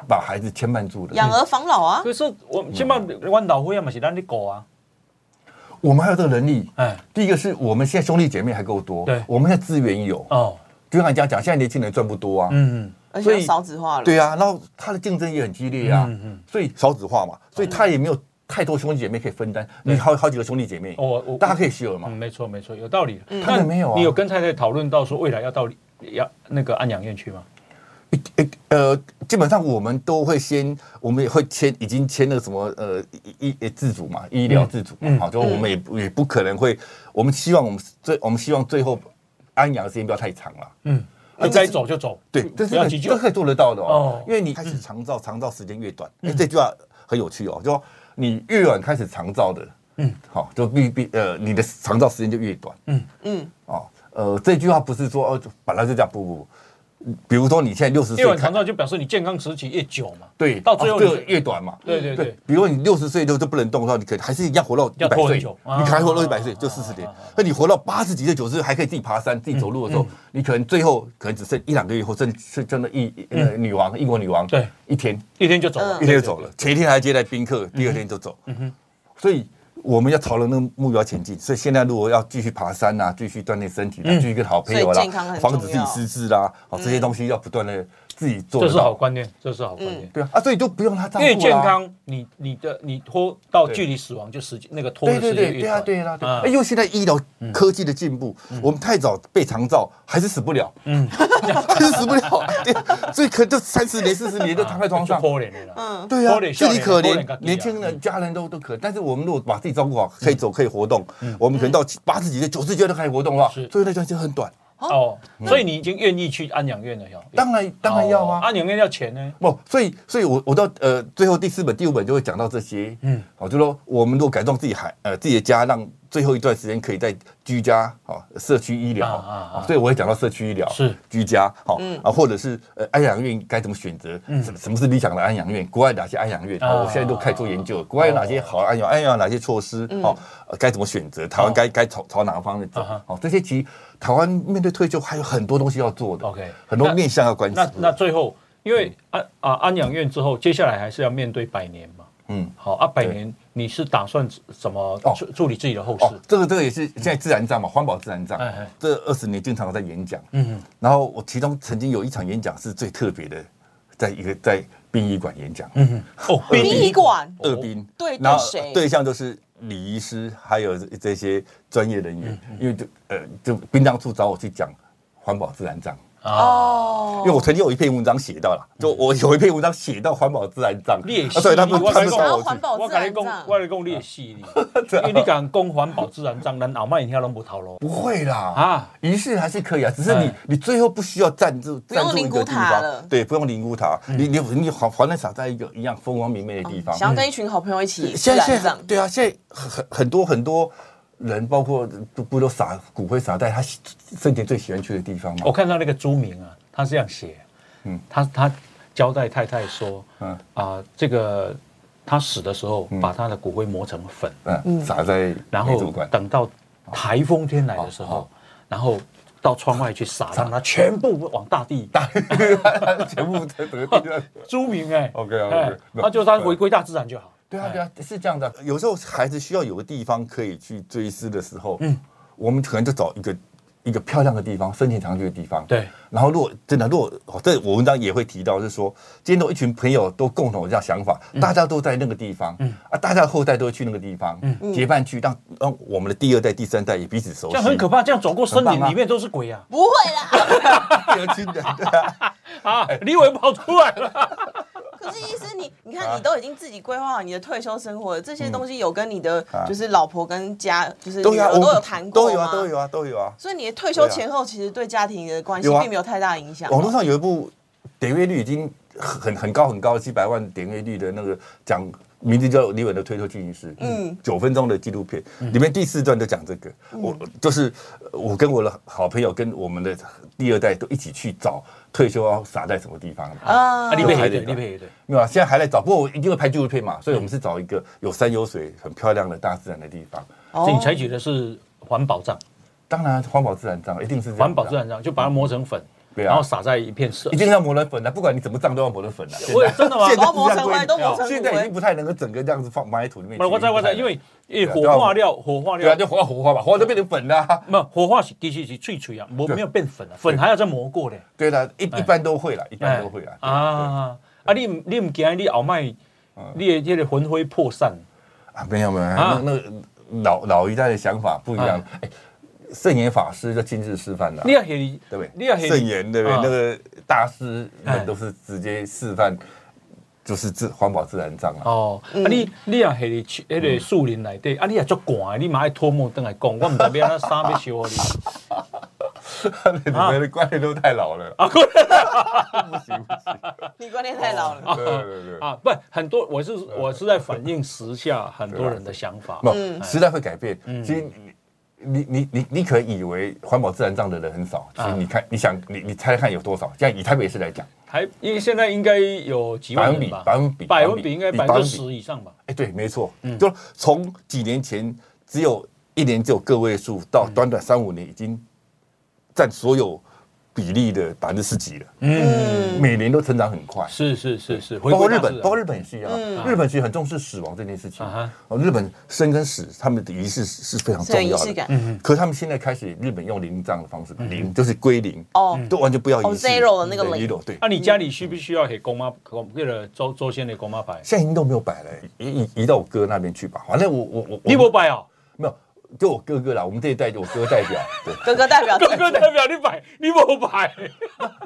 S3: 把孩子牵绊住了。
S1: 养儿防老
S3: 嗯
S1: 啊。
S2: 可是我起码我老伙也嘛是咱的狗啊，
S3: 我们还有这个能力。
S2: 哎
S3: 第一个是我们现在兄弟姐妹还够多，
S2: 对
S3: 我们现在资源有。
S2: 哦，
S3: 就像你讲讲，现在年轻人赚不多啊，
S2: 嗯，
S1: 而
S3: 所
S1: 且又
S3: 以
S1: 少子化了。
S3: 对啊，然后他的竞争也很激烈啊，
S2: 嗯
S3: 所以少子化嘛，所以他也没有太多兄弟姐妹可以分担，你好好几个兄弟姐妹，
S2: 嗯哦我
S3: 大家可以 share 嘛
S2: 嗯，，没错没错，有道理。
S1: 嗯
S3: 他们没有啊
S2: 你有跟太太讨论到说未来要到要那个安养院去吗？
S3: 一一呃，基本上我们都会先，我们也会签，已经签了什么呃医医自主嘛，医疗自主
S2: 嗯
S3: 嘛，好、就我们也不也不可能会，我们希望我们最我们希望最后安养的时间不要太长了。
S2: 嗯，
S3: 啊
S2: 该
S3: 这是
S2: 走就走，
S3: 对，
S2: 不
S3: 这是
S2: 要
S3: 可
S2: 急
S3: 以
S2: 救
S3: 这。可以做得到的哦
S2: 哦，
S3: 因为你开始长照，长照时间越短，哎，这句话很有趣哦，就说你越晚开始长照的，嗯，好，就必必呃，你的长照时间就越短，嗯
S1: 嗯，
S3: 哦，呃，这句话不是说哦，就本来就这样，不不不，比如说你现在六十
S2: 夜
S3: 岁
S2: 晚
S3: 开
S2: 长，照就表示你健康时期越久嘛，
S3: 对，
S2: 到最后
S3: 哦
S2: 你
S3: 越短嘛，
S2: 对对对，
S3: 比如你六十岁就就不能动的话，你可还是一样活到
S2: 要
S3: 一百
S2: 拖很
S3: 岁，
S2: 久
S3: 你还活到
S2: 啊嗯
S3: 一百岁就四十年。那你活到八十几岁、九十岁还可以自己爬山、自己走路的时候，你可能最后可能只剩一两个月或甚至真的一呃女王英国女王
S2: 嗯对
S3: 一天
S2: 一天就走了，
S1: 嗯
S3: 一天就走了，前一天还接待宾客，第二天就走。所以我们要朝着那个目标前进。所以现在如果要继续爬山啊，继续锻炼身体啦，继续跟好朋友
S1: 嗯所
S3: 啦
S1: 以健康很，重要嗯
S3: 防止自己失智啦，好这些东西要不断的自己做
S2: 这
S3: 得
S2: 是好
S3: 到。
S2: 观念，这是好观念。
S3: 对啊，啊，所以就不用他照顾啦
S2: 越健康，你你的你拖到距离死亡就时间那个拖的
S3: 对对
S2: 时间
S3: 对
S2: 越
S3: 对啊
S2: 短。
S3: 对啊对
S2: 啊
S1: 嗯
S3: 啊！哎，因为现在医疗科技的进步，我们太早被长照 还是死不了，嗯，还是死不了，对，所以可就三十年、四十年都躺在床上
S2: 就，拖累你
S1: 嗯
S2: 了。
S3: 对啊
S2: 可，怜
S3: 自己可
S2: 少年可
S3: 怜
S2: 怜，
S3: 年轻人、家人都都可怜。但是我们如果把自己照顾好，可以走，可以活动，我们可能到八十几岁、九十几岁都开始活动的话
S2: 是，
S3: 所以那段时间很短。
S2: 哦，所以你已经愿意去安养院了哟？
S3: 嗯当然，当然要
S2: 哦
S3: 啊。
S2: 安养院要钱呢。
S3: 不，所以，所以我我到呃最后第四本、第五本就会讲到这些，嗯，好，就说我们如果改造自己孩呃自己的家，让最后一段时间可以在居家啊、社区医疗，
S2: 啊啊啊
S3: 所以我会讲到社区医疗
S2: 是
S3: 居家，好、
S1: 嗯
S3: 啊，或者是呃安养院该怎么选择，什么什么是理想的安养院，国外哪些安养院，
S2: 嗯
S3: 哦
S2: 啊哦
S3: 好，我现在都开始做研究，国外有哪些好的安养，安养有哪些措施，
S1: 嗯
S3: 好，呃该怎么选择，台湾该该朝朝哪个方向走
S2: 哦啊哈，
S3: 好，这些其实台湾面对退休还有很多东西要做的
S2: OK，
S3: 很多
S2: 那
S3: 面嗯向要关注
S2: 那，那最后，因为安啊安养院之后，接下来还是要面对百年嘛。
S3: 嗯。
S2: 好啊，百
S3: 对
S2: 年你是打算怎么
S3: 哦
S2: 处处理自己的后
S3: 哦
S2: 事？，
S3: 这个这个也是现在自然葬嘛，环保自然葬
S2: 哎哎，
S3: 这二十年经常在演讲，
S2: 嗯，
S3: 然后我其中曾经有一场演讲是最特别的，在一个在殡仪馆演讲，
S2: 哦，
S1: 殡仪馆
S3: 二殡
S1: 哦对
S3: 然后
S1: 对谁
S3: 对象就是礼仪师还有这这些专业人
S1: 嗯
S3: 员，因为就呃就殡葬处找我去讲环保自然葬，
S2: 啊，
S1: 哦，
S3: 因为我曾经有一篇文章写到了，就我有一篇文章写到环保自然葬
S2: 烈，
S3: 啊所以他们
S2: 士我
S3: 他
S2: 跟
S3: 们
S2: 你
S3: 找
S2: 讲
S1: 想要
S3: 我
S1: 环
S3: 去，
S1: 保
S2: 我
S1: 自
S2: 跟
S1: 然
S2: 你讲，
S1: 葬，
S2: 我跟你讲，你会死你， 因为你敢讲环保自然葬，咱后摆听拢无头路
S3: 不会啦
S2: 啊
S3: 啊，仪式还是可以啊，只是你
S2: 哎
S3: 你最后不需要站住
S1: 用
S3: 站住一
S1: 灵骨
S3: 个地
S1: 塔了嗯
S3: 方，对，不用灵骨塔，你你你好，好像撒在一个一样风光明媚的地方。嗯
S1: 想要跟一群好朋友一起自
S3: 现在现
S1: 然
S3: 在
S1: 葬
S3: 很，对啊，现在很很很多很多人，包括都不都撒骨灰撒在他喜生前最喜欢去的地方
S2: 我
S3: 吗？
S2: 看到那个朱明啊，他是这样写，嗯，他他交代太太说，嗯
S3: 嗯
S2: 啊，这个他死的时候把他的骨灰磨成粉，
S3: 嗯，撒在
S2: 然
S3: 美术
S2: 后
S3: 馆
S2: 等到台风天来的时
S3: 哦好
S2: 候，然后到窗外去撒，让它全部往大地。
S3: 全部在整个地方。
S2: 朱明哎
S3: OK，OK，
S2: 哎
S3: 那
S2: 他就他回归大自然就好。
S3: 对啊，
S2: 哎
S3: 对啊，是这样的。有时候孩子需要有个地方可以去追思的时候，嗯，我们可能就找一个一个漂亮的地方，生前常去的地方。
S2: 对。
S3: 然后，如果真的，如果哦，这我文章也会提到，是说，今天都一群朋友都共同有这样想法，
S2: 嗯
S3: 大家都在那个地方，啊，大家的后代都会去那个地方，
S2: 嗯
S3: 结伴去，让让我们的第二代、第三代也彼此熟
S2: 这样
S3: 悉。
S2: 很可怕，这样走过森
S3: 很
S2: 林
S3: 棒啊
S2: 里面都是鬼啊！
S1: 不会 啦。
S3: 怕，亲 的，对啊，
S2: 啊，李伟跑出来了。
S1: 可是医生，你你
S3: 啊
S1: 看，你都已经自己规划好你的退休生活了，这些东西有跟你的
S3: 嗯啊
S1: 就是老婆跟家就是
S3: 都
S1: 女
S3: 有啊，
S1: 儿
S3: 我
S1: 都
S3: 们
S1: 有谈过
S3: 都有啊，
S1: 吗
S3: 都。有啊，都有啊。
S1: 所以你的退休前后，其实对家庭的关系
S3: 有啊
S1: 并没有太大影响。
S3: 网络上有一部点阅率已经很很很高很高，几百万点阅率的那个讲。名字叫李伟的推脱进行师，嗯，九分钟的纪录片，里面第四段就讲这个。我就是呃我跟我的好朋友，跟我们的第二代都一起去找退休要撒在什么地方
S2: 啊，
S1: 啊
S2: 李伟也对，
S3: 对
S2: 李伟也对。
S3: 没有啊，现在还在找，不过我一定会拍纪录片嘛，所以我们是找一个有山有水、很漂亮的大自然的地方。
S1: 哦
S2: 所以你采取的是环保葬，
S3: 当然，环保自然葬一定是这样子啊
S2: 环保自，然葬就把它磨成粉，
S3: 对啊
S2: 然后撒在一片色
S3: 一。定要磨人粉的，啊不管你怎么葬都要磨人粉的。
S2: 我真的吗？
S1: 在都磨成灰都磨成
S3: 现
S1: 骨
S3: 在
S1: 灰
S3: 已经不太能够整个这样子放埋在土里面
S2: 不
S3: 去。
S2: 是我知我
S3: 不太
S2: 知，
S3: 能
S2: 因为因为
S3: 对啊
S2: 火化料，火化
S3: 对
S2: 料
S3: 啊，就火化火化吧，火化都变成粉啦、
S2: 没有火化是其实是脆脆啊，我没有变粉啊，粉还要再磨过嘞，
S3: 对啦，一
S2: 哎
S3: 一般都会啦，一般都会啦。
S2: 哎
S3: 对啊
S2: 啊啊！你唔你唔惊你后卖，
S3: 嗯
S2: 你的你的魂飞魄散，
S3: 啊，没有没有，
S2: 啊
S3: 那那个老老一代的想法不一样。哎，圣严法师就亲自示范的啊，
S2: 你要系
S3: 对不
S2: 你要
S3: 对？圣严对不对
S2: 啊？
S3: 那个大师
S2: 哎
S3: 们都是直接示范，就是自环保自然葬啊。
S2: 哦，啊你你要系去迄个树
S3: 嗯
S2: 林内底，啊你也足寒，你嘛爱脱毛登来讲，我唔知要安怎衫要烧你。
S3: 你们的观念都太老了，
S2: 啊，过来
S3: 不行不行。
S1: 你观念太老了。
S3: 对对对。
S2: 啊，不，很多我是我是在反映时下很多人的想法。
S3: 不，时代会改变。其实你你你你你可能以为环保自然账的人很少，其实你看你想你你猜猜看有多少？像以台北市来讲，
S2: 台因为现在应该有几万人吧，
S3: 百分比
S2: 百
S3: 百
S2: 分
S3: 分比
S2: 比应该
S3: 比
S2: 百
S3: 百
S2: 分
S3: 分
S2: 之
S3: 比
S2: 十以上吧。
S3: 哎，对，没错，就从几年前只有一年只有个位数，到短短三五年已经占所有比例的百分之十几了，嗯，每年都成长很快。
S2: 是是是是，回
S3: 包括
S2: 归
S3: 日
S2: 大
S3: 本
S2: 自，然
S3: 包括日本也是一样啊。
S1: 嗯
S3: 日本其实很重视死亡这件事情
S2: 啊
S3: 啊。哦日本生跟死，他们的仪式是是非常重要
S1: 哦是有仪式
S3: 的
S1: 感。
S3: 嗯，可他们现在开始，日本用灵葬的方式，
S2: 嗯
S3: 零就是归零，
S1: 哦
S3: 都完全不要
S1: 哦
S3: 仪式。嗯
S1: ，zero 的那个
S3: 对
S1: 零
S3: ，zero 对。
S2: 啊那、你家里需不需要给公妈公为了周周先的公妈摆？
S3: 现在已经都没有摆了，移移移到我哥那边去吧。反正我我我，
S2: 你
S3: 我
S2: 不摆哦，
S3: 没有，就我哥哥啦，我们这一代就我哥代 表。啊对，
S1: 哥哥代表
S2: 哥哥代表你摆，你不 摆。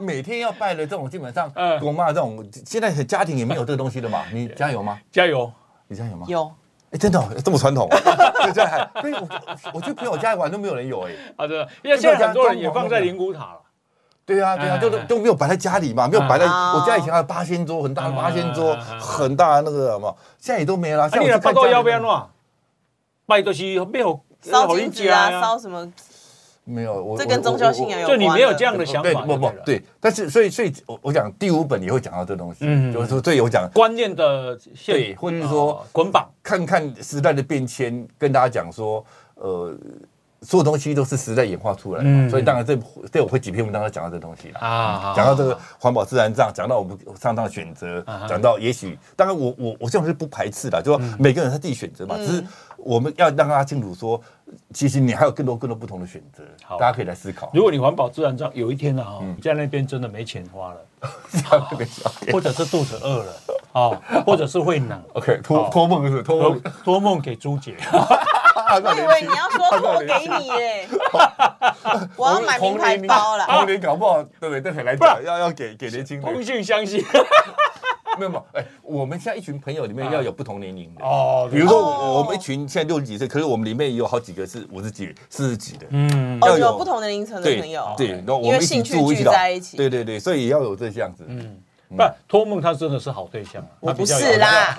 S3: 每天要拜的这种，基本上
S2: 嗯
S3: 我妈这种，现在家庭也没有这个东西了嘛。你家有吗？
S2: 加油！
S3: 你家有吗？
S1: 有
S3: 哎，真的哦这么 传统啊？对这还对我我去朋友家玩都没有人有哎。
S2: 啊，真的，因为现在很多人也放在灵骨 塔了。
S3: 对啊，对啊，
S2: 哎
S3: 就
S2: 哎哎
S3: 都都没有摆在家里嘛，没有摆在
S1: 啊
S3: 我家以前还有八仙桌，很大的八仙桌，
S2: 啊啊啊啊
S3: 很大的那个什么，现在也都没了。
S2: 啊，
S3: 像我
S2: 你
S3: 去
S2: 来
S3: 看
S2: 报告
S3: 家里
S2: 要不要
S3: 面
S2: 弄？拜都是没有
S1: 烧金纸啊，烧啊什么？
S3: 没有，我
S1: 这跟
S3: 我
S1: 宗教信仰有
S2: 就你没有这样的想法
S3: 对，，不不对，但是所以所以，我我讲第五本也会讲到这东西，
S2: 嗯
S3: 就是说对我讲
S2: 观念的限，
S3: 对，或者是说
S2: 捆绑，
S3: 看看时代的变迁，跟大家讲说，呃，所有东西都是时代演化出来的嘛，
S2: 嗯
S3: 所以当然这这我会几篇文章都讲到这东西啦。
S2: 啊
S3: 讲到这个环保自然账，讲到我们上当的选择
S2: 啊哈，
S3: 讲到也许，当然我我我这种是不排斥的，就
S2: 嗯
S3: 说每个人他自己选择嘛，只是我们要让大家清楚说，其实你还有更多更多不同的选择
S2: 好，
S3: 大家可以来思考。
S2: 如果你环保自然账，有一天呢、啊，
S3: 嗯
S2: 你在那边真的没钱花了，或者是肚子饿了啊、或者是会 冷，
S3: OK，托托梦是不是托
S2: 托
S3: 梦，
S2: 托梦给朱姐，
S1: 我以为你要说我给你 嘞，我要买名牌包啦。
S3: 红莲搞不好对不对？这很来
S2: 不
S3: 讲，要要给给年轻人
S2: 通，讯相信
S3: 没有没有，哎，我们现在一群朋友里面要有不同年龄 的。
S2: 啊哦，
S3: 比如说
S1: 哦
S3: 我我们一群现在六十几岁，可是我们里面也有好几个是五十几、四十几的，
S2: 嗯，
S1: 哦，
S3: 要
S1: 有不同的龄层的朋友，
S3: 对，
S2: OK
S3: 然后我
S1: 因为
S3: 们一起
S1: 兴趣
S3: 住，一
S1: 聚
S3: 起打
S1: 在一起
S3: 对对对，所以也要有这样子。嗯，
S2: 不，托梦他真的是好对象啊，
S1: 我
S2: 他比
S1: 不
S2: 较有
S1: 是，啦，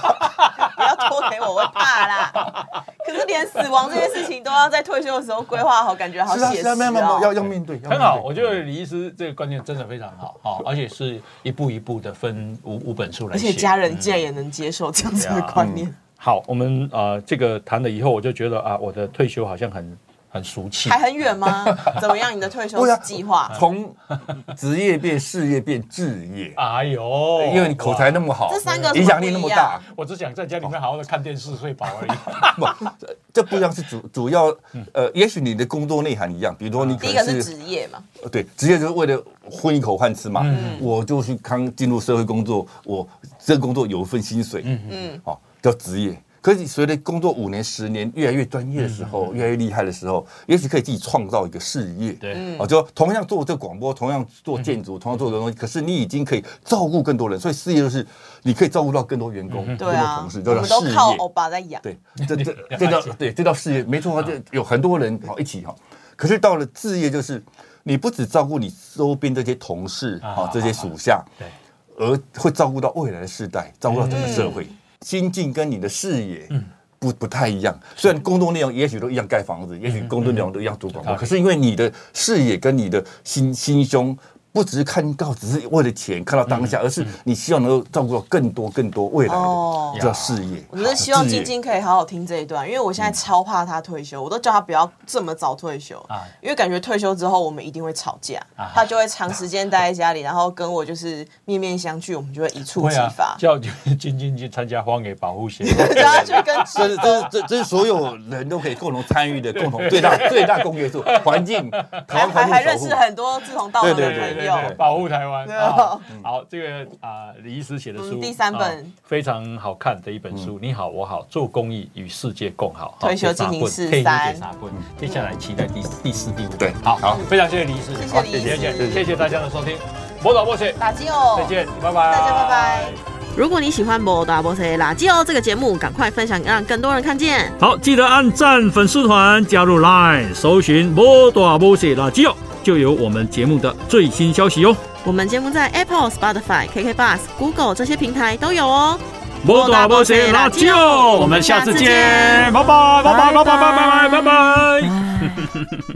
S1: 不要拖给我，我会怕啦。可是连死亡这件事情都要在退休的时候规划好，感觉好
S3: 是啊
S1: 写
S3: 是
S1: 实
S3: 啊，没有没有没有，要
S1: 哦。
S3: 要面对，要面对
S2: 很好，我觉得李医师这个观念真的非常好啊、哦，而且是一步一步的分五五本书来
S1: 而
S2: 写，
S1: 且家
S3: 嗯
S1: 人竟然也能接受这样子
S3: 啊
S1: 的观念，
S2: 好，我们呃这个谈了以后，我就觉得啊，我的退休好像很很俗气
S1: 还很远吗？怎么样？你的退休
S3: 对啊
S1: 计划？
S3: 从职业变事业变置业，
S2: 哎呦，
S3: 因为你口才那么好，
S1: 这三个
S3: 影响力那么大，
S2: 我只想在家里面好好的看电视睡饱 而已。
S3: 不，这这不一样是主主要呃，也许你的工作内涵一样，比如说你可
S1: 啊第一个
S3: 能
S1: 是
S3: 是
S1: 职业嘛，
S3: 呃对职业就是为了混一口饭吃嘛，我就去刚进入社会工作，我这个工作有一份薪水，
S1: 嗯，
S3: 哦，叫职业。可是你随着工作五年、十年，越来越专业的时候，越来越厉害的时候，也许可以自己创造一个事业。
S2: 对
S3: 哦，就同样做这广播，同样做建筑，同样做这个东西，可是你已经可以照顾更多人，所以事业就是你可以照顾到更多员工、更
S1: 对
S3: 多
S1: 啊
S3: 同事，，
S1: 我
S3: 叫做
S1: 们都
S3: 事业。
S1: 靠欧巴在养。
S3: 对，这这这叫对，这叫事业，没错啊，这有很多人好一起哈。可是到了置业，就是你不只照顾你周边这些同事
S2: 啊
S3: 啊，这些属下，
S2: 对，啊
S3: 而会照顾到未来的世代，照顾到整个社会，心境跟你的视野。不不太一样，虽然工作内容也许都一样盖房子，也许工作内容都一样做广
S2: 有道
S3: 告，
S2: 理
S3: 可是因为你的视野跟你的心心胸，不只是看到只是为了钱，看到当下，而是你希望能够照顾到更多更多未来
S1: 哦
S3: 的，叫事业。
S1: 我是希望
S3: 置业
S1: 晶晶可以好好听这一段，因为我现
S3: 嗯
S1: 在超怕她退休，我都叫她不要这么早退休
S2: 啊
S1: 因为感觉退休之后我们一定会吵架
S2: 啊，
S1: 她就会长时间待在家里，然后跟我就是面面相觑，我们就会一触
S3: 啊
S1: 即发，
S2: 叫晶晶去参加荒野保护协
S1: 就
S2: 会。
S1: 叫她去 跟
S3: 这是这是这这是所有人都可以共同参与的共同最大最大公约数，环境台
S1: 还
S3: 湾环
S1: 还还认
S3: 境守
S1: 识
S3: 护。
S1: 很多志同道合的
S3: 对对
S1: 朋
S3: 对
S1: 友。
S2: 保护台湾。
S1: 对啊
S2: 啊好，这个啊，李医师写的书，
S1: 嗯第三本嗯
S2: 啊非常好看的一本书。你好，我好，做公益与世界共好。
S1: 退休进行四三嗯
S2: 啥棍？接下来期待第第四、第五本。
S3: 对
S2: 好，
S3: 好
S2: 非常谢谢李医师，
S1: 谢谢
S2: 好
S1: 李医师
S2: 谢谢谢谢大家的收听，莫导莫谢，
S1: 打击哦，
S2: 再见，拜拜，
S1: 大家拜拜。如果你喜欢《博达波塞垃圾哦》这个节目，赶快分享，让更多人看见。
S2: 好，记得按赞粉丝团，加入 Line，搜寻“摩大摩西垃圾哦”，就有我们节目的最新消息哦。
S1: 我们节目在 Apple、Spotify、KK Bus、Google 这些平台都有哦。
S2: 摩大摩西垃圾哦，我们下次见，拜拜拜拜拜拜拜拜拜拜。